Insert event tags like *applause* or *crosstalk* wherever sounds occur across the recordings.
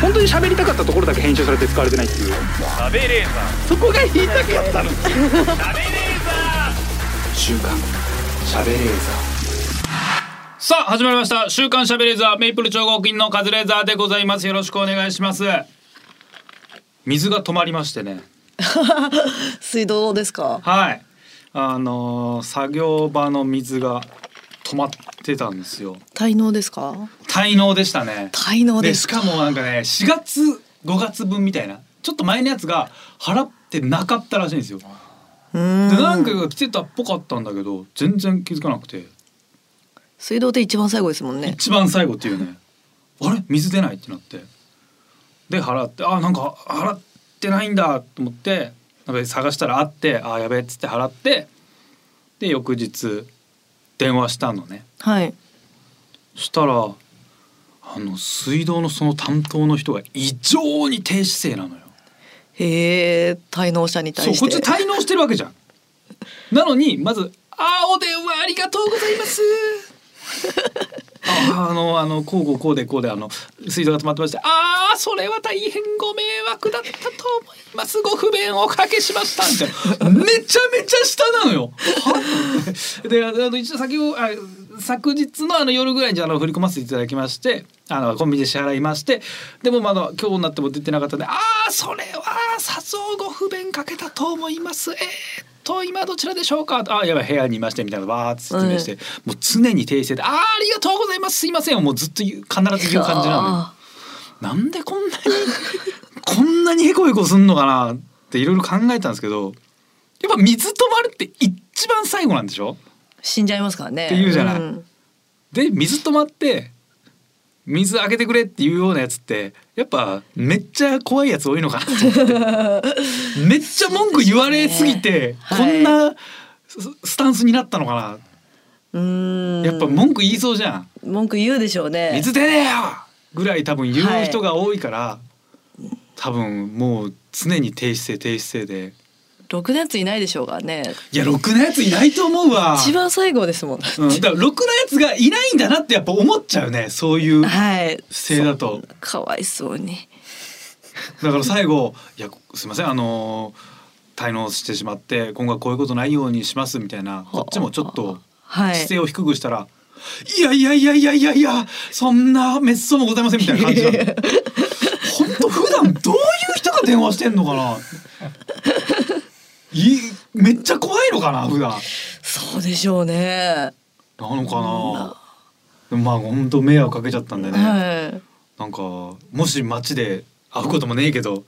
本当に喋りたかったところだけ編集されて使われてないっていう食べレーザそこが言いたかったのー食べレーザ週刊喋れーーさあ始まりました週刊しゃべレーザーメイプル超合金のカズレーザーでございますよろしくお願いします水が止まりましてね水道ですか。はいあのー作業場の水が止まってたんですよ滞納ですか。滞納でしたね滞納ででしすかもなんかね4月5月分みたいなちょっと前のやつが払ってなかったらしいんですよ。でうーんなんかが来てたっぽかったんだけど全然気づかなくて水道って一番最後ですもんね。一番最後っていうねあれ水出ないってなってで払ってあなんか払ってないんだと思ってなんか探したらあってあやべえっつって払ってで翌日電話したのね。はい。したらあの水道のその担当の人が異常に低姿勢なのよ。へえ、滞納者にそ対うこっしちて。滞納してるわけじゃんなのにまず「あーお電話ありがとうございます」あーあのあのこうこうこうでこうであの水道が止まってまして「ああそれは大変ご迷惑だったと思いますご不便をおかけしました」みたいなめちゃめちゃ下なのよ。 *laughs* はであの一応先をあ昨日のあの夜ぐらいにあの振り込ませていただきましてあのコンビニで支払いましてでもまだ今日になっても出てなかったんで「ああそれはさぞご不便かけたと思います」えーっと今どちらでしょうかあーやばい部屋にいましてみたいなわーって説明して、もう常に訂正で「あーありがとうございますすいません」をもうずっと言う必ず言う感じなのよ。あなんでこんなに *laughs* こんなにへこへこすんのかなっていろいろ考えたんですけどやっぱ水止まるって一番最後なんでしょー死んじゃいますからね。って言うじゃないんで水止まって水あげてくれっていうようなやつってやっぱめっちゃ怖いやつ多いのかなと *laughs* 思ってめっちゃ文句言われすぎてそこうですんねはいなススタンスになったのかな、うーん。やっぱ文句言いそうじゃん文句言うでしょうね。水出ねえよぐらい多分言う人が多いから、多分もう常に低姿勢低姿勢でろくなやついないでしょうからね。いやろくなやついないと思うわ、一番最後ですもん。うん、だからろくなやつがいないんだなってやっぱ思っちゃうねそういうはい。姿勢だと。かわいそうに。だから最後「いやすいませんあのー滞納してしまって今後はこういうことないようにします」みたいなこっちもちょっとはい。姿勢を低くしたら「い、やいやいやいやいやいやそんな滅相もございません」みたいな感 *laughs* じなの。本当普段どういう人が電話してんのかな。いめっちゃ怖いのかな普段。そうでしょうね。なのかな。でもまあ本当迷惑かけちゃったんでね。はなんかもし街で会うこともねえけど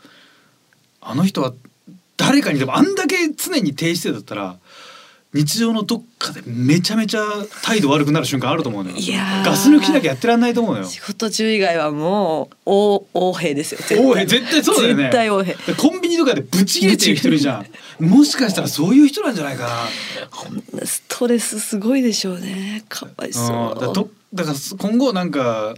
あの人は誰かにでもあんだけ常に低姿勢だったら日常のどっかでめちゃめちゃ態度悪くなる瞬間あると思うのよいやーガス抜きしなきゃやってらんないと思うのよい。仕事中以外はもう、王、王兵ですよ。 *laughs* 絶対おい絶対そうだよね絶対王兵。コンビニとかでブチ切れてる人いるじゃんもしかしたらそういう人なんじゃないかなストレスすごいでしょうね。かわいそうんだからうど。だから今後なんか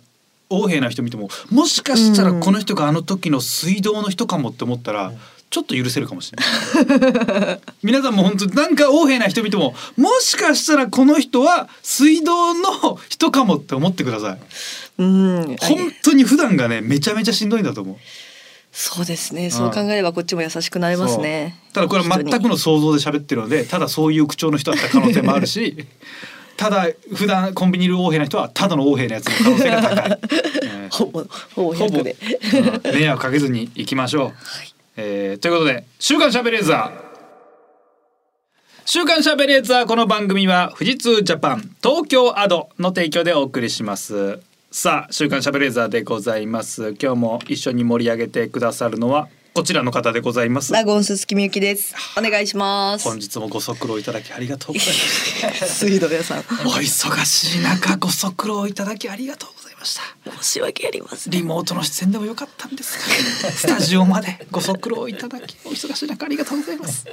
横柄な人見てももしかしたらこの人があの時の水道の人かもって思ったら、ちょっと許せるかもしれない *laughs* 皆さんも本当なんか横柄な人見てももしかしたらこの人は水道の人かもって思ってくださいうん。本当に普段がねめちゃめちゃしんどいんだと思うそうですね。そう考えればこっちも優しくなれますねそう。ただこれは全くの想像で喋ってるのでただそういう口調の人だった可能性もあ *laughs* るしただ普段コンビニにいる横柄な人はただの横柄なやつの可能性が *laughs* 高い、えー人に。ほぼほぼほぼ100で。うん *laughs* 迷惑かけずに行きましょう。えーということで「週刊しゃべレーザー」週刊しゃべレーザーこの番組は富士通ジャパン東京アドの提供でお送りしますさあ週刊しゃべレーザーでございます今日も一緒に盛り上げてくださるのはこちらの方でございますラゴンススキミユキです。お願いします。本日もご足労いただきありがとうございます *laughs* 水道屋さん。お忙しい中ご足労いただきありがとうございました申し訳ありません。リモートの出演でもよか *laughs* ったんですが、スタジオまでご足労いただき、お忙しい中ありがとうございます。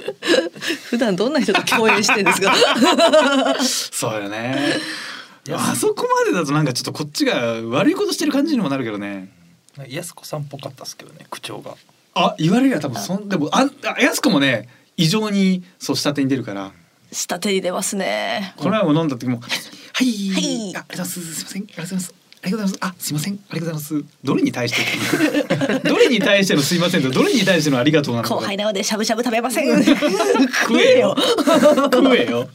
普段どんな人と共演してんですか。 *laughs* そうよね。あそこまでだとなんかちょっとこっちが悪いことしてる感じにもなるけどね。やすこさんっぽかったですけどね口調があ、言われりゃ多分そんでもあ、あやす子もね、異常にそう下手に出るから、下手に出ますね。この前も飲んだ時も、はい、はいあありがとうございます。すみません、ありがとうございます。りがとうございます。あ、すいません。ありがとうございます。どれに対して *laughs* どれに対してのすいませんとどれに対してのありがとうなのか後輩なのでしゃぶしゃぶ食べません食えよ食えよ。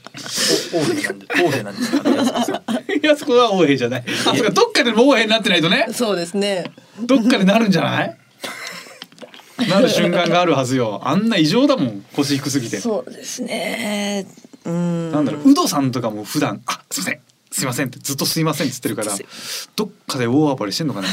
お王兵なんで王兵なんですかねやすこさんいやそこは王兵じゃない。あ、そっかどっかでも王兵になってないとね。そうですねどっかでなるんじゃない？なる瞬間があるはずよ。あんな異常だもん。腰低すぎて。そうですねうんなんだろう。ウドさんとかも普段あ、すいません。すいませんってずっとすいませんって言ってるからずっどっかで大暴れしてんのかな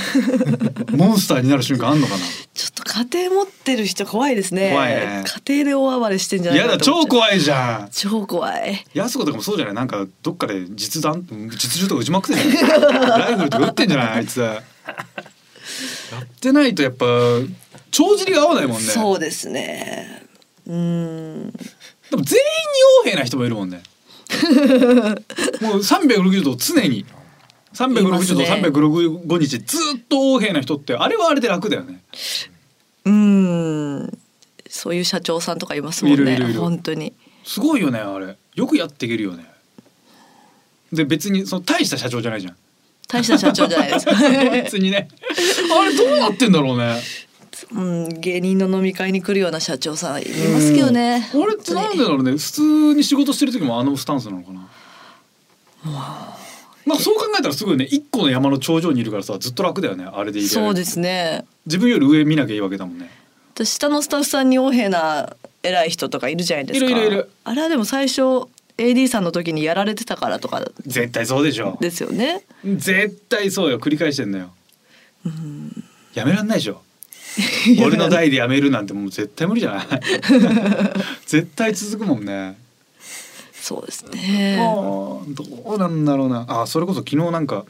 モンスターになる瞬間あんのかなちょっと家庭持ってる人怖いですね怖いね家庭で大暴れしてんじゃないやだ超い怖いじゃん超怖いやす子とかもそうじゃないなんかどっかで実弾実銃とか撃ちまくってんじゃ *laughs* ないライフルとか撃ってんじゃないあいつやってないとやっぱ帳尻が合わないもんねそうですねうんでも全員に傭兵な人もいるも *laughs* んねもう360度常にいます360度ね365日ずっと傭兵な人ってあれはあれで楽だよねうんそういう社長さんとかいますもんねいるいるいる本当にすごいよねあれよくやっていけるよねで別にその大した社長じゃないじ *laughs* ゃん大した社長じゃないです *laughs* か別にねあれどうなってんだろうねうん芸人の飲み会に来るような社長さんいますけどねあれってなんでだろうね普通に仕事してる時もあのスタンスなのかななんかそう考えたらすごいね一個の山の頂上にいるからさずっと楽だよねあれでいれるそうですね自分より上見なきゃいいわけだもんね私下のスタッフさんに横柄な偉い人とかいるじゃないですかいるいるいるあれはでも最初 AD さんの時にやられてたからとか絶対そうでしょですよね絶対そうよ繰り返してんのよやめらんない *laughs* でしょ俺の代でやめるなんてもう絶対無理じゃない *laughs* 絶対続くもんねそうですねああどうなんだろうなあそれこそ昨日なんか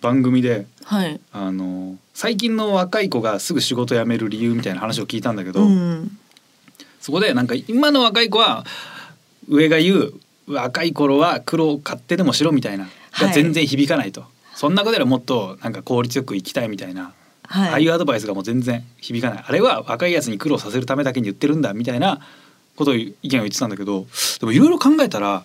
番組ではいあの最近の若い子がすぐ仕事辞める理由みたいな話を聞いたんだけうど、んそこでなんか今の若い子は上が言う若い頃は苦労買ってでもしろみたいな、はい全然響かないとそんなことよりもっとなんか効率よく生きたいみたいな、はいああいうアドバイスがもう全然響かないあれは若いやつに苦労させるためだけに言ってるんだみたいなことを意見を言ってたんだけどでもいろいろ考えたら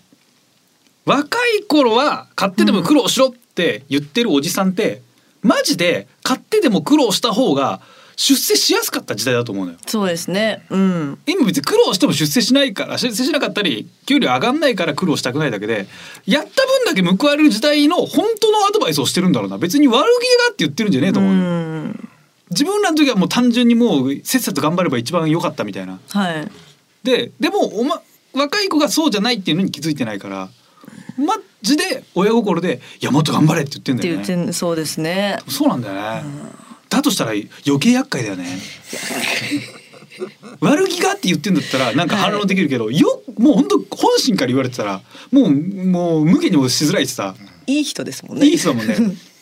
若い頃は買ってでも苦労しろって言ってるおじさんって、マジで買ってでも苦労した方が出世しやすかった時代だと思うのよ。そうですねうん今別に苦労しても出世しないから出世しなかったり給料上がんないから苦労したくないだけでやった分だけ報われる時代の本当のアドバイスをしてるんだろうな別に悪気があって言ってるんじゃねえとう思うよ、ん自分らの時はもう単純にもうせっさと頑張れば一番良かったみたいなはいででもお、ま、若い子がそうじゃないっていうのに気づいてないからマジで親心で「いやもっと頑張れ」って言ってんっだてよ言ってねんそうですねそうなんだよね、だとしたら余計厄介だ *laughs* よね悪気があって言ってんだったらなんか反論できるけど、よもう本当本心から言われてたらもうもう無限にもしづらいしさいい人ですもんねいい人だもんね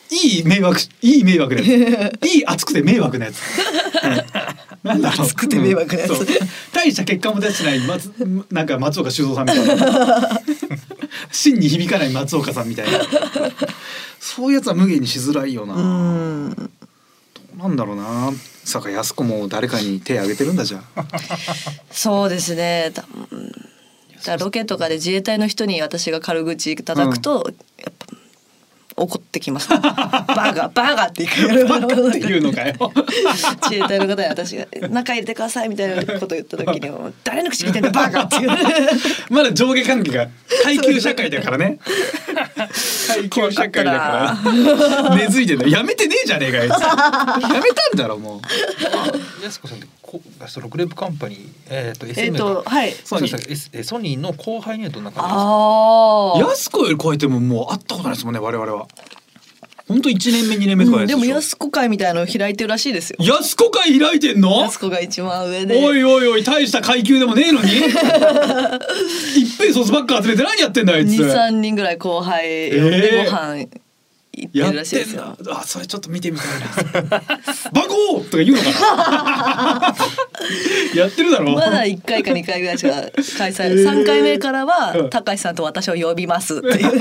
いい迷惑しいい迷惑な *laughs* やついい熱くて迷惑なやつうんなんだろう熱くて迷惑なやつうんそう大した結果も出してない松なんか松岡修造さんみたいな *laughs* 真に響かない松岡さんみたいなそういうやつは無限にしづらいよな、うんなんだろうな。さか安子も誰かに手挙げてるんだじゃあ。そうですねだうんだロケとかで自衛隊の人に私が軽口叩くと、やっぱ怒ってきます、ね、バカバカ *laughs* って言うバカっていうのかよ。自衛隊の方に私が「中入れてください」みたいなこと言った時に「誰の口聞いてんだバカ」って *laughs* いう *laughs* まだ上下関係が階級社会だからね。階級社会だから。 *laughs* 根付いてんだ。やめてねえじゃねえかよあいつ。やめたんだろもう。やすこさんってこガストログレープカンパニーえっと SM えっとはいソニーえソニーの後輩にはどんな感ああ安子より超えてももう会ったことないですもんね我々は。本当一年目二年目とかうやんつでしょも安子会みたいのを開いてるらしいですよ安子会開いてんの？安子が一番上でおいおいおい大した階級でもね *laughs* えのに。一平卒ばっか集めて何やってんだよあいつ。 23人ぐらい後輩呼んえでーご飯行ってやっるてらしいですんよだ。あ、それちょっと見てみたい *laughs* な。バコーとか言うのかな。 *laughs* やってるだろ。まだ1回か2回ぐらいしか開催三3回目からうんは「高橋さんと私を呼びます」って *laughs* いう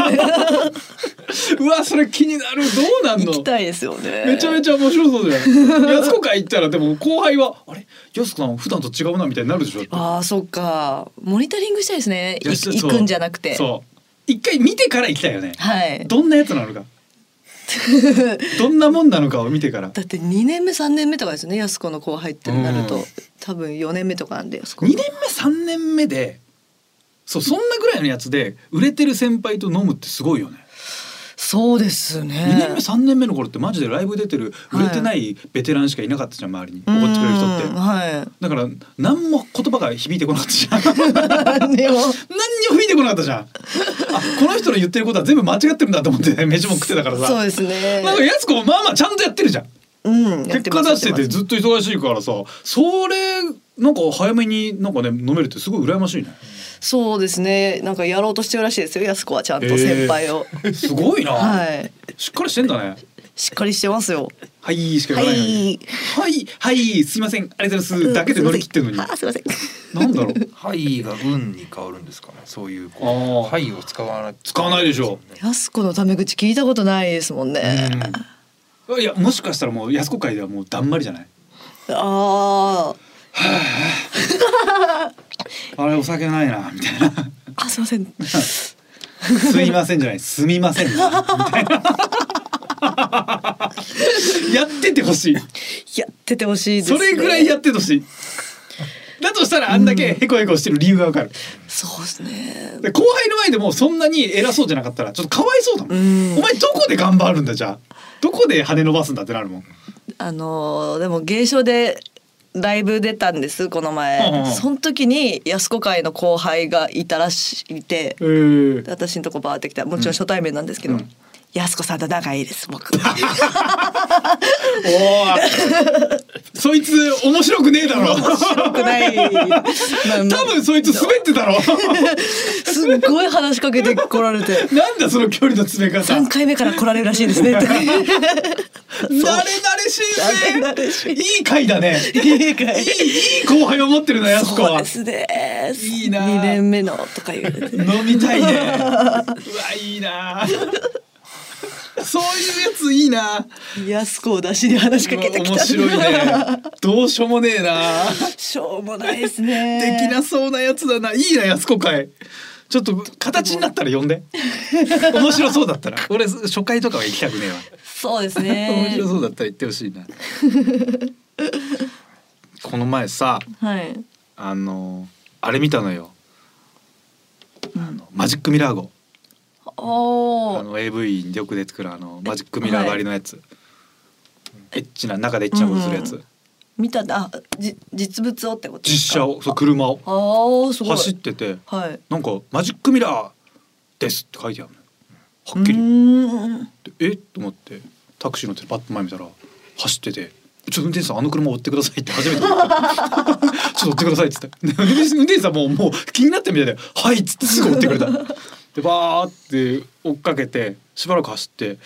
うわ、それ気になる。どうなんの行。きたいですよねめちゃめちちゃ面白そうだよ。安子会行ったらでも後輩はあれ、安子さん普段と違うなみたいになるでしょ。あーそっかモニタリングしたいですねいいやそう行くんじゃなくてそう。一回見てから行きたいよね。はい *laughs* どんなやつなのか。どんなもんなのかを見てからだって2年目3年目とかですよね安子の後輩ってなると、うん多分4年目とかなんで安子2年目3年目でそうそんなぐらいのやつで売れてる先輩と飲むってすごいよね。そうですね2年目3年目の頃ってマジでライブ出てる売れてないベテランしかいなかったじゃん周りに怒ってくれる人うんって。はだから何も言葉が響いてこなかったじゃん *laughs* 何にい *laughs* でもも響いてこなかったじゃんあこの人の言ってることは全部間違ってるんだと *laughs* 思って飯も食ってたからさそうですねなんかやつこまあまあちゃんとやってるじゃんうんやっ結ま果す出しててやっますずっと忙しいからさそれなんか早めになんかね飲めるってすごい羨ましいねそうですねなんかやろうとしてるらしいですよ安子はちゃんと先輩を、すごい *laughs* な、はいしっかりしてんだねしっかりしてますよはいしかは言わないのにいはいはいすいませんありがとうございますだけで乗り切ってるのにあすいません *laughs* なんだろうはいが運に変わるんですかね。そういうこあうーはいを使わない。使わないでしょ安子のタメ口聞いたことないですもんね、いやもしかしたらもう安子会ではもうだんまりじゃないあーあれお酒ないなみたいな *laughs* あすいませんすいませんじゃないすみませんなみたいな *laughs* やっててほしいやっててほしいです、そね、れぐらいやっててほしいだとしたらあんだけへこへこしてる理由がわかるそうですねで後輩の前でもそんなに偉そうじゃなかったらちょっとかわいそうだもんうんお前どこで頑張るんだじゃあどこで羽伸ばすんだってなるもんあのーでも芸商でライブ出たんですこの前、うんうんその時に安子会の後輩がいたらしいてえー、私のとこバーってきたもちろん初対面なんですけど、うん安子さんと仲いいです僕おおそいつ面白くねえだ *laughs* ろ白くない、 *laughs* まあまあ多分そいつ滑ってたろ *laughs* すっごい話しかけてこられてなんだその距離の詰め方3回目から来られるらしいですねとか慣れ慣れしい慣れ慣れしねいい回だねいいいいかいいい後輩を持ってるなやす子そう *laughs* はですねいいな2年目のとか言うて飲みたいねうわいいなそういうやついいな安子を出しに話しかけてきた面白いねどうしようもねえな *laughs* しょうもないですねできなそうなやつだないいなやす子会ちょっと形になったら呼んで面白そうだったら俺初回とかは行きたくねえわそうです面ね白そうだったら言ってほしいなこの前さはいあのあれ見たのよ、あのマジックミラー号おあーの AV によく出てくるあのマジックミラー割りのやつ、エッチな中でエッチなことするやつ、うん見たんだあじ実物をってことです実か写をそう車をあーすごい走っててはいなんかマジックミラーですって書いてあるのよはっきうりーんでえっと思ってタクシー乗ってパッと前見たら走ってて「ちょっと運転手さんあの車追ってください」って初めて思った *laughs* ちょっと追ってください」っつってで運転手運転手さんもうもう気になったみたいで「はい」っつってすぐ追ってくれたでバーって追っかけてしばらく走って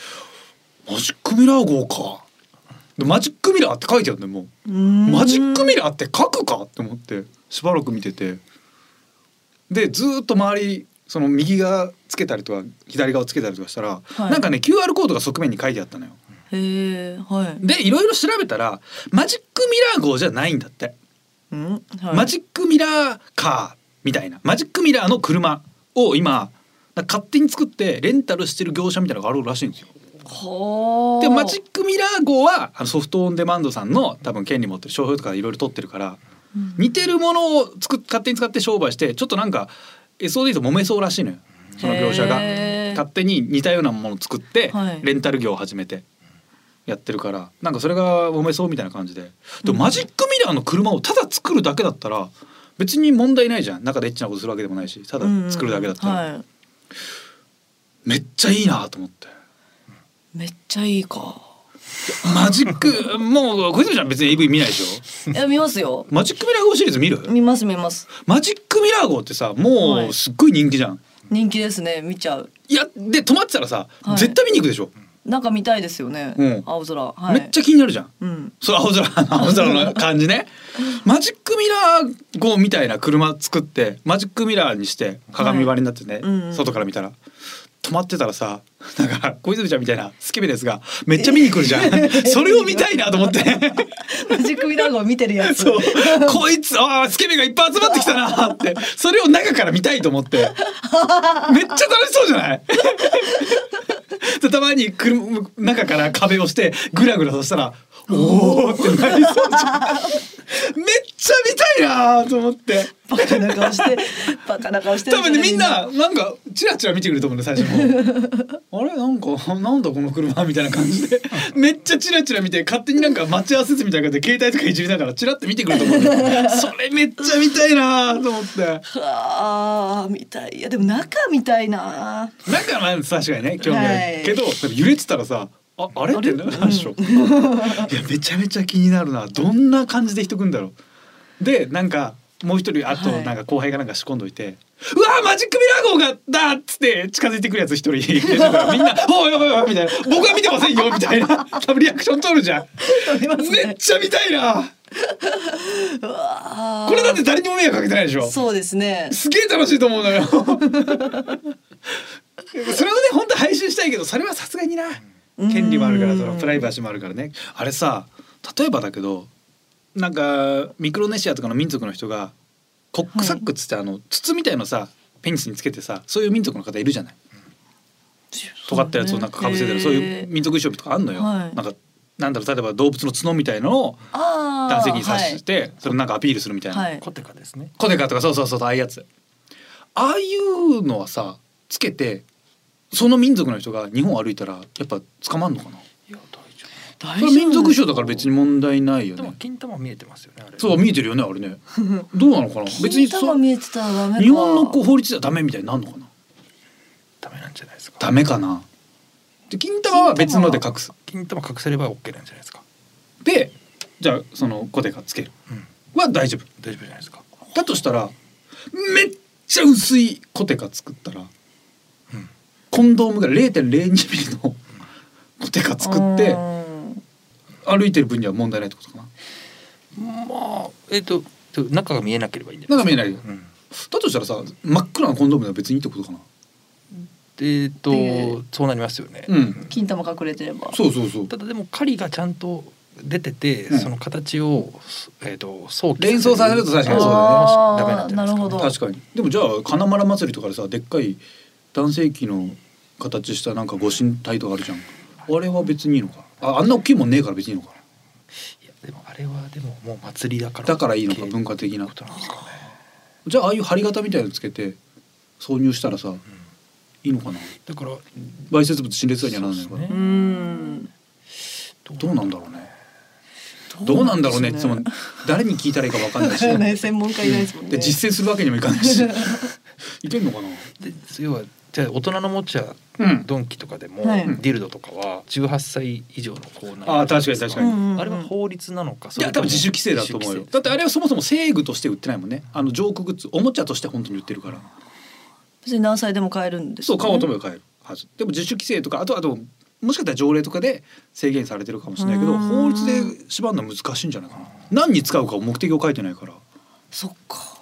「マジックミラー号か」でマジックミラーって書いてあるんだよもう。うーんマジックミラーって書くかって思ってしばらく見ててでずーっと周りその右側つけたりとか左側をつけたりとかしたら、はいなんかね QR コードが側面に書いてあったのよ。へえはいでいろいろ調べたらマジックミラー号じゃないんだって、うんはいマジックミラーカーみたいなマジックミラーの車を今なんか勝手に作ってレンタルしてる業者みたいなのがあるらしいんですよ。ほーでマジックミラー号はあのソフトオンデマンドさんの多分権利持ってる商標とかいろいろ取ってるからうん似てるものを作っ勝手に使って商売してちょっとなんか SOD と揉めそうらしいのよその業者がへー勝手に似たようなものを作ってはいレンタル業を始めてやってるからなんかそれが揉めそうみたいな感じででもマジックミラーの車をただ作るだけだったら別に問題ないじゃん中でエッチなことするわけでもないしただうんうん作るだけだったらはめっちゃいいなと思って。いめっちゃいいかマジックもう小泉ちゃん別に AV 見ないでしょいや見ます *laughs* よマジックミラー号シリーズ見る見ます見ますマジックミラー号ってさはもういすっごい人気じゃん、人気ですね見ちゃういやで止まってたらさ、はい絶対見に行くでしょ、なんか見たいですよね、うん青空はいめっちゃ気になるじゃんうんそう青空 *laughs* 青空の感じねマジックミラー号みたいな車作ってマジックミラーにして鏡割りになってね、うんうん外から見たら止まってたらさなんか小泉ちゃんみたいなスケベですがめっちゃ見に来るじゃ *laughs* んそれを見たいなと思って。マジックミラー号見てるやつ *laughs* そうこいつああスケベがいっぱい集まってきたなって *laughs* それを中から見たいと思ってめっちゃ楽しそうじゃないでたまに車中から壁をしてグラグラさせたらおおってなりそうじゃんめっちゃ見たいなーと思ってバカな顔してバカな顔してる多分ねみんみななんかチラチラ見てくると思うんだよ最 *laughs* 初のあれなんかなんだこの車みたいな感じでめっちゃチラチラ見て勝手になんか待ち合わせ室みたいな感じで携帯とかいじりながらチラって見てくると思うんだ *laughs* よそれめっちゃ見たいなーと思って。はあみたいいやでも中みたいななんかまあ確かにね興味あはる、いけどでも揺れてたらさああれってなるでしょ、 *laughs* いやめちゃめちゃ気になるなどんな感じで人組んだろうでなんかもう一人あとはいなんか後輩がなんか仕込んどいて「うわーマジックミラー号がだ!」っつって近づいてくるやつ一人い *laughs* てみんな「おいおいおい」みたいな「僕は見てませんよ」みたいな多分リアクション取るじゃん取りますめっねちゃ見たいなうわあこれだって誰にも迷惑かけてないでしょそうですねすげえ楽しいと思うのよ。 *laughs* それをね本当配信したいけどそれはさすがにな権利もあるからそのプライバシーもあるからねあれさ例えばだけどなんかミクロネシアとかの民族の人がコックサックっつってあの筒みたいのさペニスにつけてさそういう民族の方いるじゃない尖ったやつをなんかかぶせてるそういう民族衣装とかあんのよ。はいなんかなんだろう例えば動物の角みたいのを男男性器に刺して、それをなんかアピールするみたいな。はいコテカですね。コデカとかそうそうそうああいうやつああいうのはさつけてその民族の人が日本歩いたらやっぱ捕まんのかないや大丈大丈それ夫民族衣装だから別に問題ないよ夫。でもね金玉見えてますよねあれ。そう見えてるよねあれ *laughs* ねどうなのかな別金にそ玉見えてたらダメか日本のこう法律ではダメみたいになるのかなダメなんじゃないですか。ダメかなで金玉は別ので隠す金玉隠せればオッケーなんじゃないですか。でじゃあそのコデカつけるうん。は大丈夫大丈夫じゃないですか。だとしたらめっちゃ薄いコテカ作ったらうん。コンドームが0.02ミリのコテカ作ってうん歩いてる分には問題ないってことかな。まあえっ、とと中が見えなければいいんじゃなんなかい見でえないよす。か。うん。だとしたらさ真っ暗なコンドームでは別にいいってことかな。えっ、と、でそうなりますよね。うん金玉隠れてればそうそうそうた。だでも狩りがちゃんと出てて、うんその形をえっ、と早期連想させると確かにそうだよねあーダメなんじゃないですか、なるほど確かに。でもじゃあ金丸祭りとかでさでっかい男性器の形したなんかご神体とかあるじゃん。あれは別にいいのか。ああんな大きいもんねえから別にいいのか。いやでもあれはでももう祭りだからだからいいのか OK 文化的なってことなんですかね。じゃあああいう針型みたいなのつけて挿入したらさいいのかな。だから媒接物陳列罪にはならないのかそな。うですねんどうなんだろうね。どうなんだろうねってどそのうなんで誰に聞いたらいいか分かんないし *laughs* しょうね専門家いないですもんねで実践するわけにもいかないし *laughs* いけんのかなで要はじゃあ大人の持ちやうんドンキとかでも、はいディルドとかは18歳以上のコーナーあー確かに確かにうんうんうんあれは法律なのかそいれやと多も分自主規制だと思うよ自主だ規ってあれはそもそも制具として売ってないもんねあのジョークグッズおもちゃとして本当に売ってるから別に何歳でも買えるんですそうよ買おうと思えば買えるはずでも自主規制とかあとあともしかしたら条例とかで制限されてるかもしれないけうどん法律で縛るのは難しいんじゃないかな何に使うかを目的を書いてないからそっか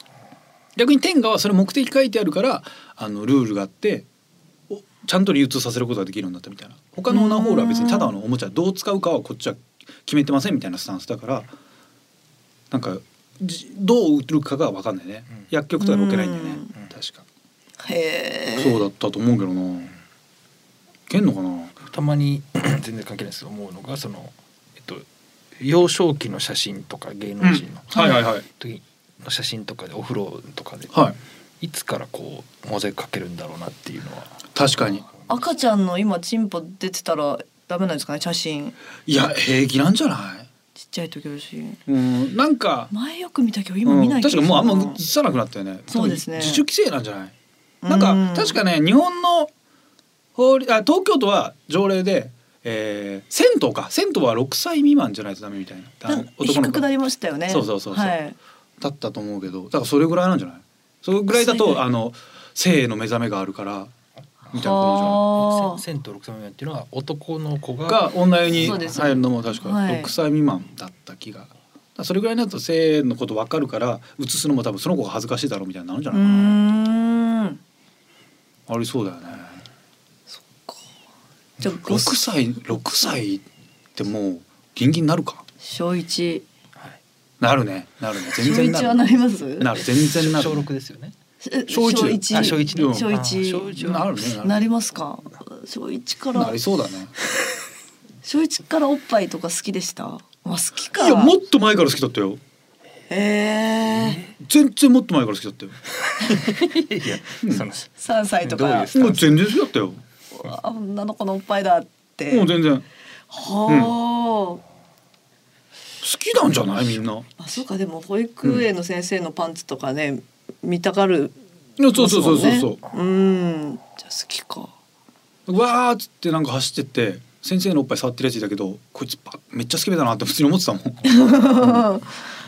逆に天下はそれ目的書いてあるからあのルールがあっておちゃんと流通させることができるようになったみたいな他のオーナーホールは別にただのおもちゃどう使うかはこっちは決めてませんみたいなスタンスだからなんかじどう売るかが分かんないね、うん薬局とかに置けないんだよね、うん確か、へえそうだったと思うけどなけんのかな制たまに *clears throat* 全然関係ないですけど思うのがそのえっと幼少期の写真とか芸能人のはいはいはい時の写真とかでお風呂とかで、はいい、つからこうモザイクかけるんだろうなっていうのは確かに赤ちゃんの今チンポ出てたらダメなんですかね写真いや平気なんじゃないちっちゃい時よるしうんなんか前よく見たけど今見ないうん、確かにもうあんまう映さなくなったよねそうですね自主規制なんじゃないなんか、うん確かね日本の法律あ東京都は条例で、えー、銭湯か銭湯は6歳未満じゃないとダメみたいななんか男の低子くなりましたよねそうそうそうそうはいだったと思うけどだからそれぐらいなんじゃないそれぐらいだそうねとあの性の目覚めがあるからみたいなこはあ銭湯六三目っていうのは男の子とがじゃないが女湯にそう入でするのも確かはい6歳未満だった気が。だからそれぐらいになると性のこと分かるから映すのも多分その子が恥ずかしいだろうみたいになるんじゃうないかなーんありそうだよねじゃあ6歳6歳ってもうギンギンなるか小一はいなるねなるね全小然な一るはなりますなる全然なる小六ですよね。え小一小一あ小一ね小一あ小一なるねななるりますか小一からなりそうだね小一からおっぱいとか好きでした。まあ好きか。いやもっと前から好きだったよへえ全然もっと前から好きだったよいやその三歳とどういかうスタンスもう全然好きだったよもあ女の子のおっぱいだって。う全然好はあ、きなんじゃないみんなあそうかでも保育園の先生のパンツとかね、見たがる。そうそうそうそうそう、う。うんじゃあ好きか。わーっつってなんか走ってって先生のおっぱい触ってるやつだけどこいつばめっちゃスケベだなって普通に思っ *laughs* てたもんあ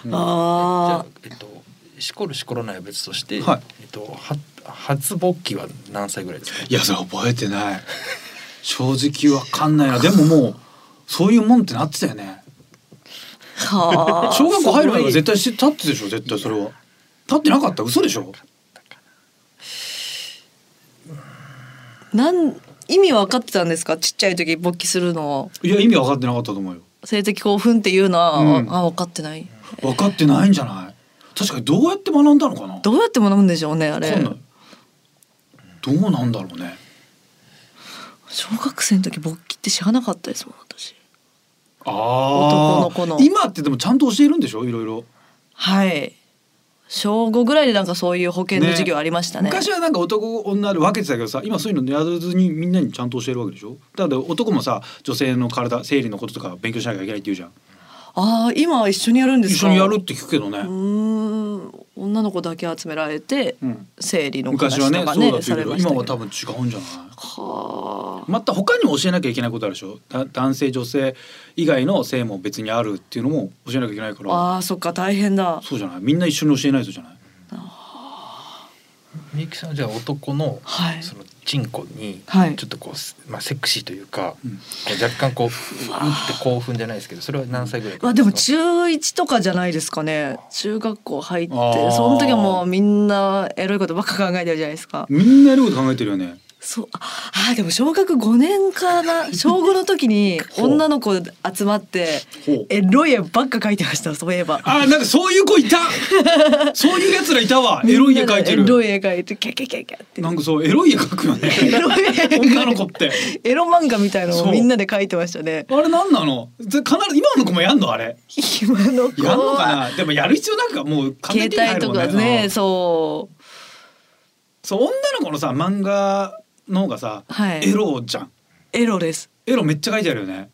じゃああえっとしこるしこらないは別として、はいえっとは初勃起は何歳ぐらいですかいやそれ覚えてない正直わかんないなでももうそういうもんってなってたよねはあ。小学校入る前は絶対して立ってたでしょ絶対それは立ってなかった嘘でしょなん意味分かってたんですかちっちゃい時勃起するのいや意味分かってなかったと思うよ性的興奮っていうのは、うんあ分かってない分かってないんじゃない確かにどうやって学んだのかなどうやって学ぶんでしょうねあ分かんれないどうなんだろうね小学生の時勃起って知らなかったですもん私あー男の子の今ってでもちゃんと教えるんでしょいろいろはい小5ぐらいでなんかそういう保険の授業ありましたね昔はなんか男女で分けてたけどさ今そういうのやらずにみんなにちゃんと教えるわけでしょだから男もさ女性の体生理のこととか勉強しなきゃいけないって言うじゃんああ今は一緒にやるんで一すか緒にやるって聞くけどね、うーん女の子だけ集められて、うん生理の話昔はねとかそうだねったさけれどました今けどは多分違うんじゃないはまた他にも教えなきゃいけないことあるでしょだ男性女性以外の性も別にあるっていうのも教えなきゃいけないからああーそっか大変だそうじゃないみんな一緒に教えないとじゃないみゆきさんはじゃあ男の、はいそのチンコに、はいちょっとこう、まあ、セクシーというか、うんこう若干こううって興奮じゃないですけどそれは何歳ぐらいかまあでも中1とかじゃないですかね中学校入ってあーその時はもうみんなエロいことばっか考えてるじゃないですかみんなやること考えてるよねそうああーでも小学5年かな小5の時に *laughs* ほう女の子集まってほうエロい絵ばっか描いてましたそういえばあーなんかそういう子いた *laughs* そういうやつらいたわエロい絵描いてエロるい絵描いてキャキャキャキャってなんかそうエロい絵描 *laughs* くよねエロい絵描いて女の子ってエロ漫画みたいのそうをみんなで描いてましたねあれなんなのぜ必ず今の子もやんのあれ今の子やんのかはなでもやる必要なんかもう完携全に手に入帯るともんかねうんそうそう女の子のさ漫画の方がさ、はいエロじゃんエロですエロめっちゃ書いてあるよね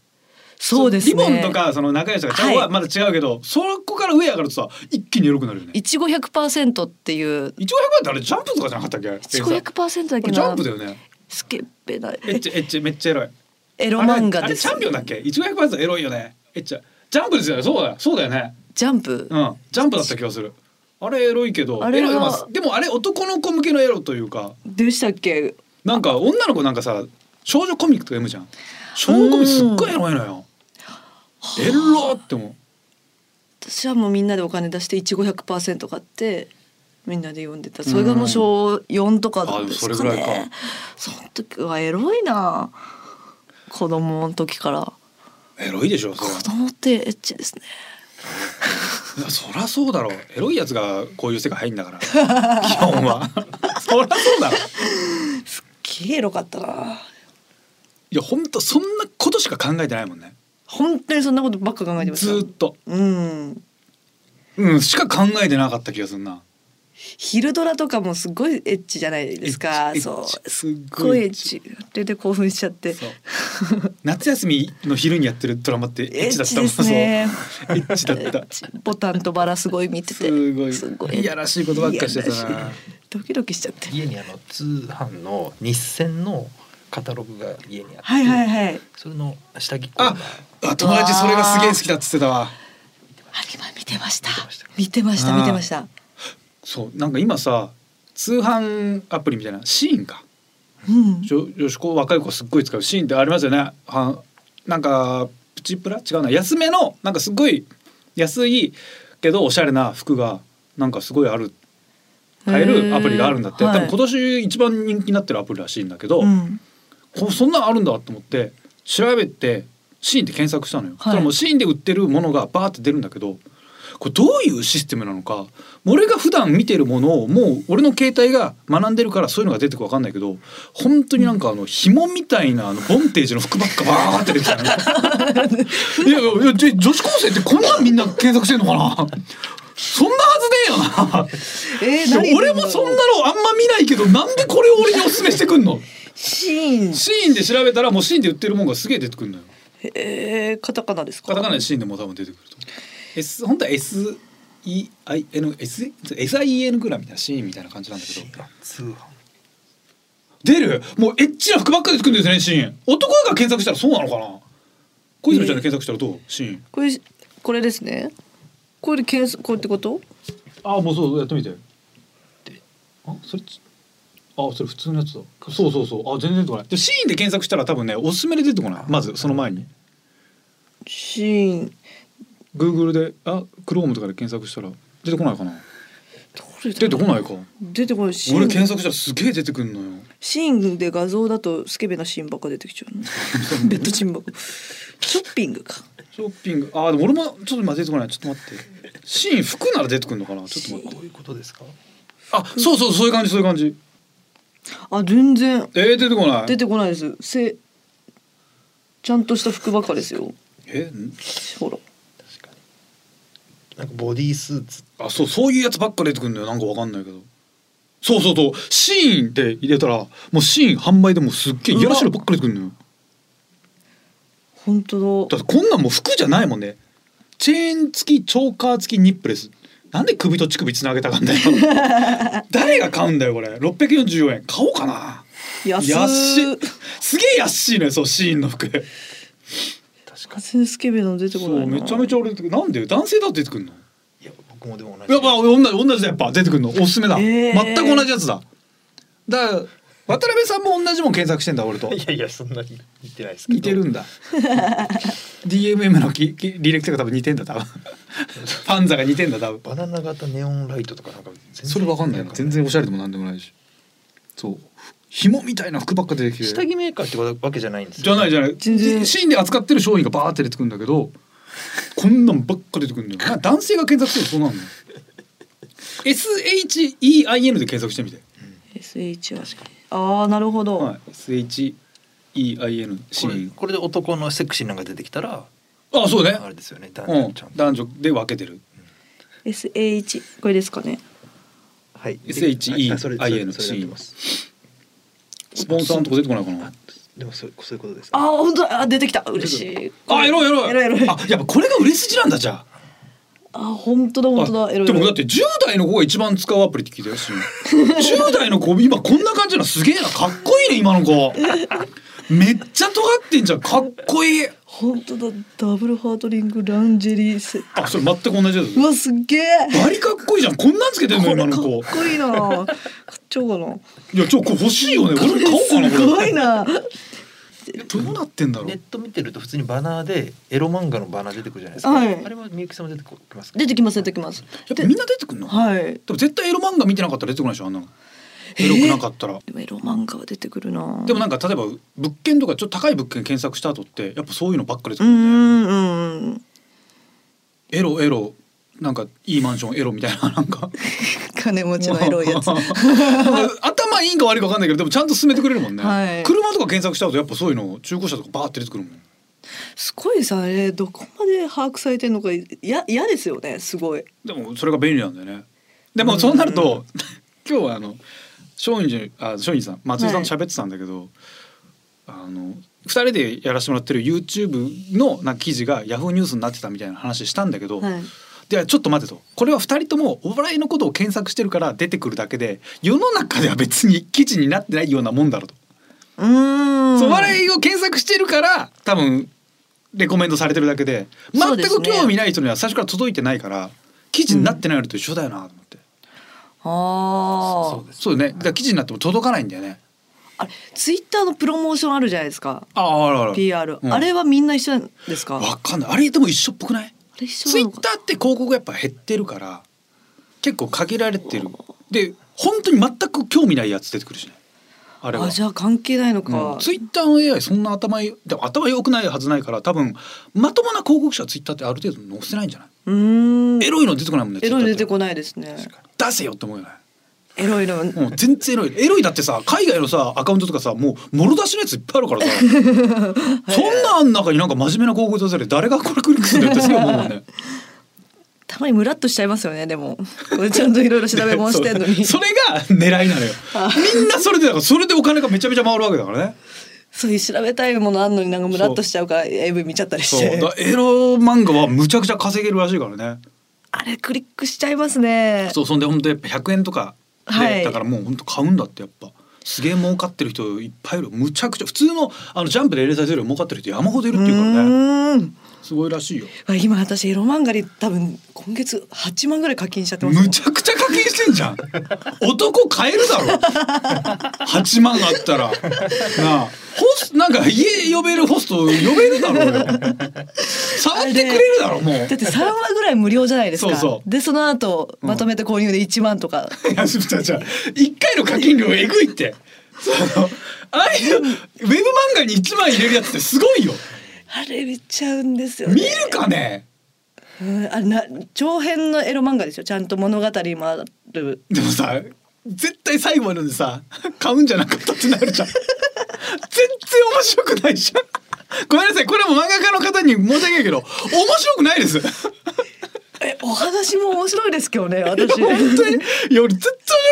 そうですねリボンとかその仲良しとかちゃんはいはまだ違うけど、そこから上上がるとさ一気にエロくなるよね一五百パーセントっていう一応100ってあれジャンプとかじゃなかったっけ一五百パーセントだこけれジャなンプだよねスケベなエッチエッチめっちゃエロいエロ漫あれ画あでれす。チャンピオンだっけ一応100エロいよねエッチジャンプですよねそうだそうだよねジャンプ。うんジャンプだった気がするあれエロいけどあれはエロいまあでもあれ男の子向けのエロというかでしたっけ？なんか女の子なんかさ少女コミックとか読むじゃん少女コミックすっごいエロいのよエロって思う私はもうみんなでお金出して一五百パーセント買ってみんなで読んでた。それがもう小四とかだったんですかあでもそれぐらいねか。その時はエロいな。子供の時からエロいでしょそれ子供ってエッチですね。いやそりゃそうだろうエロいやつがこういう世界入んだから基本は *laughs* そりゃそうだろきエロかったな。いやほんとそんなことしか考えてないもんね本当にそんなことばっか考えてました。ずーっとうん。うんしか考えてなかった気がするな昼ドラとかもすごいエッチじゃないですかエッ。チそエッチう。すっごいエッすチ。あれで興奮しちゃって。そう夏休みの昼にやってるドラマってエッチだったもんですね。そうエッチだったボタンとバラすごい見ててすごいすごいやらしいことばっかしてたないやらしいドキドキしちゃって家にあの通販の日銭のカタログが家にあって、はいはいはいそれの下着コーナーあ友達それがすげえ好きだっつってたわあ今見てました見見てまししたた見てましたそうなんか今さ通販アプリみたいなシーンかうん女女子高若い子すっごい使うシーンってありますよねはなんかプチプラ違うな安めのなんかすごい安いけどおしゃれな服がなんかすごいある買えるアプリがあるんだって、へー多分今年一番人気になってるアプリらしいんだけど、うんこうそんなんあるんだと思って調べてシーンって検索したのよ、いそしたらもうシーンで売ってるものがバーって出るんだけどこれどういうシステムなのか俺が普段見てるものをもう俺の携帯が学んでるからそういうのが出てくわかんないけど本当になんかあの紐みたいなあのボンテージの服ばっかバーって出てたのいやいやいやじゃ女子高生ってこんなんみんな検索してんのかなそんなはずねええよな俺もそんなのあんま見ないけどなんでこれを俺におすすめしてくんのシーンシーンで調べたらもうシーンで売ってるもんがすげえ出てくるのよえー、カタカナですかカタカナでシーンでも多分出てくると思う S 本当は S E I N S S I E N ぐらいみたいなシーンみたいな感じなんだけど通販出るもうエッチな服ばっかり作るんですねシーン男が検索したらそうなのかな小泉ちゃんで検索したらどうシーンこれこれですねこれ検索これってことああもうそうやってみてあそれちあそれ普通のやつだそうそうそうあ全然出てこないでシーンで検索したら多分ねおすすめで出てこないまずその前にシーン Google であ Chrome とかで検索したら出てこないかなどれだ出てこないか出てこないシー俺ン検索したらすげえ出てくんのよシーンで画像だとスケベなシーンばっか出てきちゃ *laughs* うねベッドチンバコショッピングかショッピングあーでも俺もちょっと今出てこないちょっと待ってシーン服なら出てくるのかなちょっと待ってどういうことですかあそうそうそういう感じそういう感じあ全然えー、出てこない出てこないですせちゃんとした服ばっかですよえんほら確かになんかボディースーツあそうそういうやつばっか出てくるのよなんかわかんないけどそうそうそうシーンで入れたらもうシーン販売でもうすっげえいやらしいのばっかり出てくるのよ本当だだってこんなんもう服じゃないもんねチェーン付きチョーカー付きニップレスなんで首と乳首つなげたか *laughs* んだよ誰が買うんだよこれ644円買おうかな安安いいすげえ安いのよそうシーンの服確かガセンスケベの出てこそないうめちゃめちゃ俺出てくるなんで男性だって出てくるのやにいや僕もでも同じっぱ同じ同じだやっぱ出てくるのおすすめだ、えー全く同じやつだだから渡辺さんも同じもん検索してんだ俺といやいやそんなに似てないですけど似てるんだ DMM のきき履歴とか多分似てんだ多分パンザが似てんだ多分バナナ型ネオンライトとかなんか全然それわかんないな全然おしゃれでもなんでもないしそう紐みたいな服ばっか出てきて下着メーカーってわけじゃないんですよじゃないじゃない全然シーンで扱ってる商品がバーって出てくるんだけどこんなんばっか出てくるんだよ *laughs* な男性が検索するとそうなんの SHEIN で検索してみて、 SH はああなるほど、はい、SHEIN シこれーンこれで男のセクシーなんか出てきたらあそうねあれですよね男う女んちゃん、と、男女で分けてる SH これですかねはい SHE あそれそれ IN それやってますスポンサーのとこ出てこないかなでもそうそういうことですあー本当だあ出てきた嬉しいあエロいエロいエロいエロいあやっぱこれが売れ筋なんだじゃああ本当だ本当あだエロいでエロいもだって10代の子が一番使うアプリって聞いたよし *laughs* 10代の子今こんな感じなのすげえなかっこいいね今の子 *laughs* めっちゃ尖ってんじゃんかっこいい本当だダブルハートリングランジェリーセあそれ全く同じやうわすっげえつバリかっこいいじゃんこんなんつけてんの今の子かっこいいな買っちゃおうかないやちょこれ欲しいよね俺も買おうかなすこごいなれどうなってんだろネッうト見てると普通にバナーでエロ漫画のバナー出てくるじゃないですか、はいあれはみゆきさんも出てこきますか出てきます出てきますやっぱみんな出てくんのではいも絶対エロ漫画見てなかったら出てこないでしょあんなのエロくなかったらでもエロ漫画は出てくるなでもなんか例えば物件とかちょっと高い物件検索した後ってやっぱそういうのばっかり出てうくるんだよんうんうんエロエロなんかいいマンションエロみたいな *laughs* なんか金持ちのエロいや *laughs* つなんか頭いいんか悪いか分かんないけどでもちゃんと進めてくれるもんね、はい車とか検索しちゃうとやっぱそういうの中古車とかバーって出てくるもんすごいさあれどこまで把握されてんのかいや嫌ですよねすごいでもそれが便利なんだよねでもそうなると、 *laughs* 今日はあの松陰寺あ松陰寺さん松井さんと喋ってたんだけど、あの2人でやらせてもらってる YouTube のなんか記事が Yahoo ニュースになってたみたいな話したんだけど、はいではちょっと待てとこれは2人ともお笑いのことを検索してるから出てくるだけで世の中では別に記事になってないようなもんだろうと、うーんそうお笑いを検索してるから多分レコメンドされてるだけでそ全うですくね興味ない人には最初から届いてないから記事になってないのと一緒だよなと思って、ああそうですそうだよねだから記事になっても届かないんだよねあれツイッターのプロモーションあるじゃないですかあああらあら PR、うんあれはみんな一緒なんですかわかんないあれでも一緒っぽくないあれ一緒ツイなッのかターって広告がやっぱ減ってるから結構限られてるで本当に全く興味ないやつ出てくるしねあれはあじゃあ関係ないのか、ツイッターの AI そんな頭いいでも頭良くないはずないから多分まともな広告者はツイッターってある程度載せないんじゃないうーんんエロいの出てこないもんねエロいの出てないこないですね出せよって思うよねエロいのもう全然エロいエロいだってさ海外のさアカウントとかさもうもろ出しのやついっぱいあるからさ *laughs* そんなあん中になんか真面目な広告出されて誰がこれクリックするんだよってすぐ思うも *laughs* んねたまにムラっとしちゃいますよねでもちゃんといろいろ調べ物してんのに *laughs* それが狙いなのよみんなそれでだからそれでお金がめちゃめちゃ回るわけだからねそういう調べたいものあんのになんかムラっとしちゃうから AV 見ちゃったりしそうてだからエロ漫画はむちゃくちゃ稼げるらしいからねあれクリックしちゃいますねそうそんで本当やっぱ100円とかで、はいだからもう本当買うんだってやっぱすげえ儲かってる人いっぱいいるむちゃくちゃ普通のあのジャンプで連載するより儲かってる人山ほどいるっていうからねうーんすごいらしいよ今私エロ漫画に多分今月8万ぐらい課金しちゃってますもんむちゃくちゃ課金してんじゃん男買えるだろ8万あったらなあホスなんか家呼べるホスト呼べるだろう *laughs* よ触ってくれるだろもうだって3話ぐらい無料じゃないですかそうそうでその後まとめて購入で1万とか、いや、じゃじゃ一回の課金量えぐいって。その、ああいう、ウェブ漫画に一枚入れるやつってすごいよ。あれ見ちゃうんですよね見るかね。うんあれな長編のエロ漫画ですよちゃんと物語もあるでもさ、絶対最後までさ、買うんじゃなかったってなるじゃん。全然面白くないじゃん。ごめんなさい、これも漫画家の方に申し訳ないけど、面白くないです。えお話も面白いですけどね私 *laughs* 本当に、いや、俺全然面白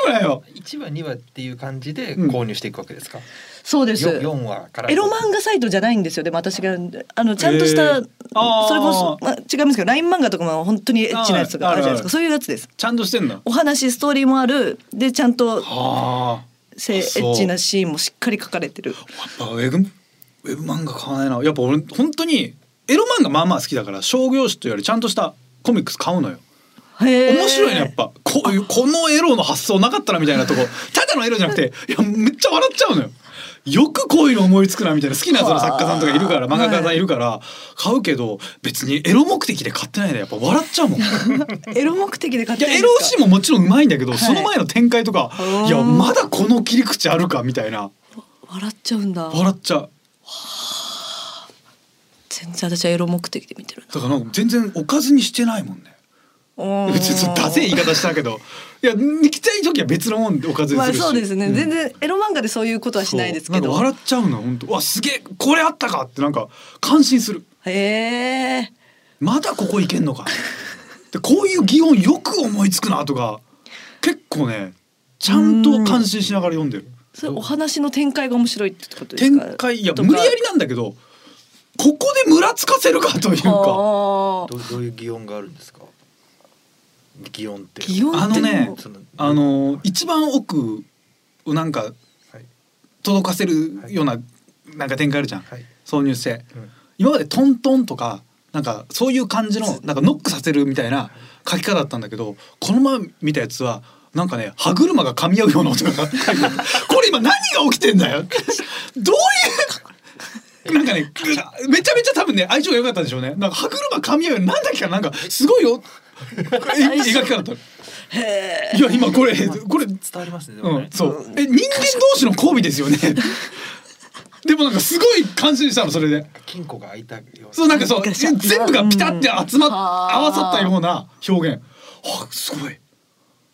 くないよ。一話二話っていう感じで購入していくわけですか。そうです四四話から。エロ漫画サイトじゃないんですよでも私があのちゃんとしへた、ーあーそれこそ、まあ、違いますけど LINE 漫画とかも本当にエッチなやつとかあるじゃないですあーあるあかるそういうやつですちゃんとしてんだ。お話ストーリーもあるでちゃんとはあ。せエそうッチなシーンもしっかり書かれてるやっぱウェブウェブ漫画買わないなやっぱ俺本当にエロ漫画まあまあ好きだから商業誌というよりちゃんとしたコミックス買うのよ面面白いねやっぱこういうこのエロの発想なかったなみたいなとこただのエロじ *laughs* ゃなくていやめっちゃ笑っちゃうのよよくこういうの思いつくなみたいな好きなその作家さんとかいるから漫画家さんいるから買うけど別にエロ目的で買ってないねやっぱ笑っちゃうもんいエロ目的で買ってやるんエでロすシかーンももちろんうまいんだけど、いその前の展開とかーいやまだこの切り口あるかみたいな笑っちゃうんだ笑っちゃう全然私はエロ目的で見てるだからなんか全然おかずにしてないもんねな別にそうダセい言い方したけどいや行きたい時は別のもんでおかずにますあるし、そうですね、ん全然エロ漫画でそういうことはしないですけそどうんか笑っちゃうの本当わすげえこれあったかってなんか感心するへえまだここいけんのかでこういう擬音よく思いつくなとか結構ねちゃんと感心しながら読んでるそれお話の展開が面白いってことですか展開いやとか無理やりなんだけどここでムラつかせるかというかあーどうどういう擬音があるんですか。擬音って。擬音あのねそのあの一番奥をなんかはい届かせるようななんか展開あるじゃん、はい挿入性うん今までトントンとかなんかそういう感じのなんかノックさせるみたいな書き方だったんだけどこの前見たやつはなんかね歯車が噛み合うような *laughs* 音が書いてあったこれ今何が起きてんだよどういうなんかねめちゃめちゃ多分ね相性が良かったんでしょうねなんか歯車噛み合うようになんだっけかなんかすごい *laughs* よえ描き方だったいや今これこれ伝わりますね。でもうねん、そう。え、人間同士の交尾ですよね。 *laughs* でもなんかすごい感心したのそれで。金庫が開いたような。そうなんかそうなんかさ全部がピタって集まっうん合わさったような表現。あすごい。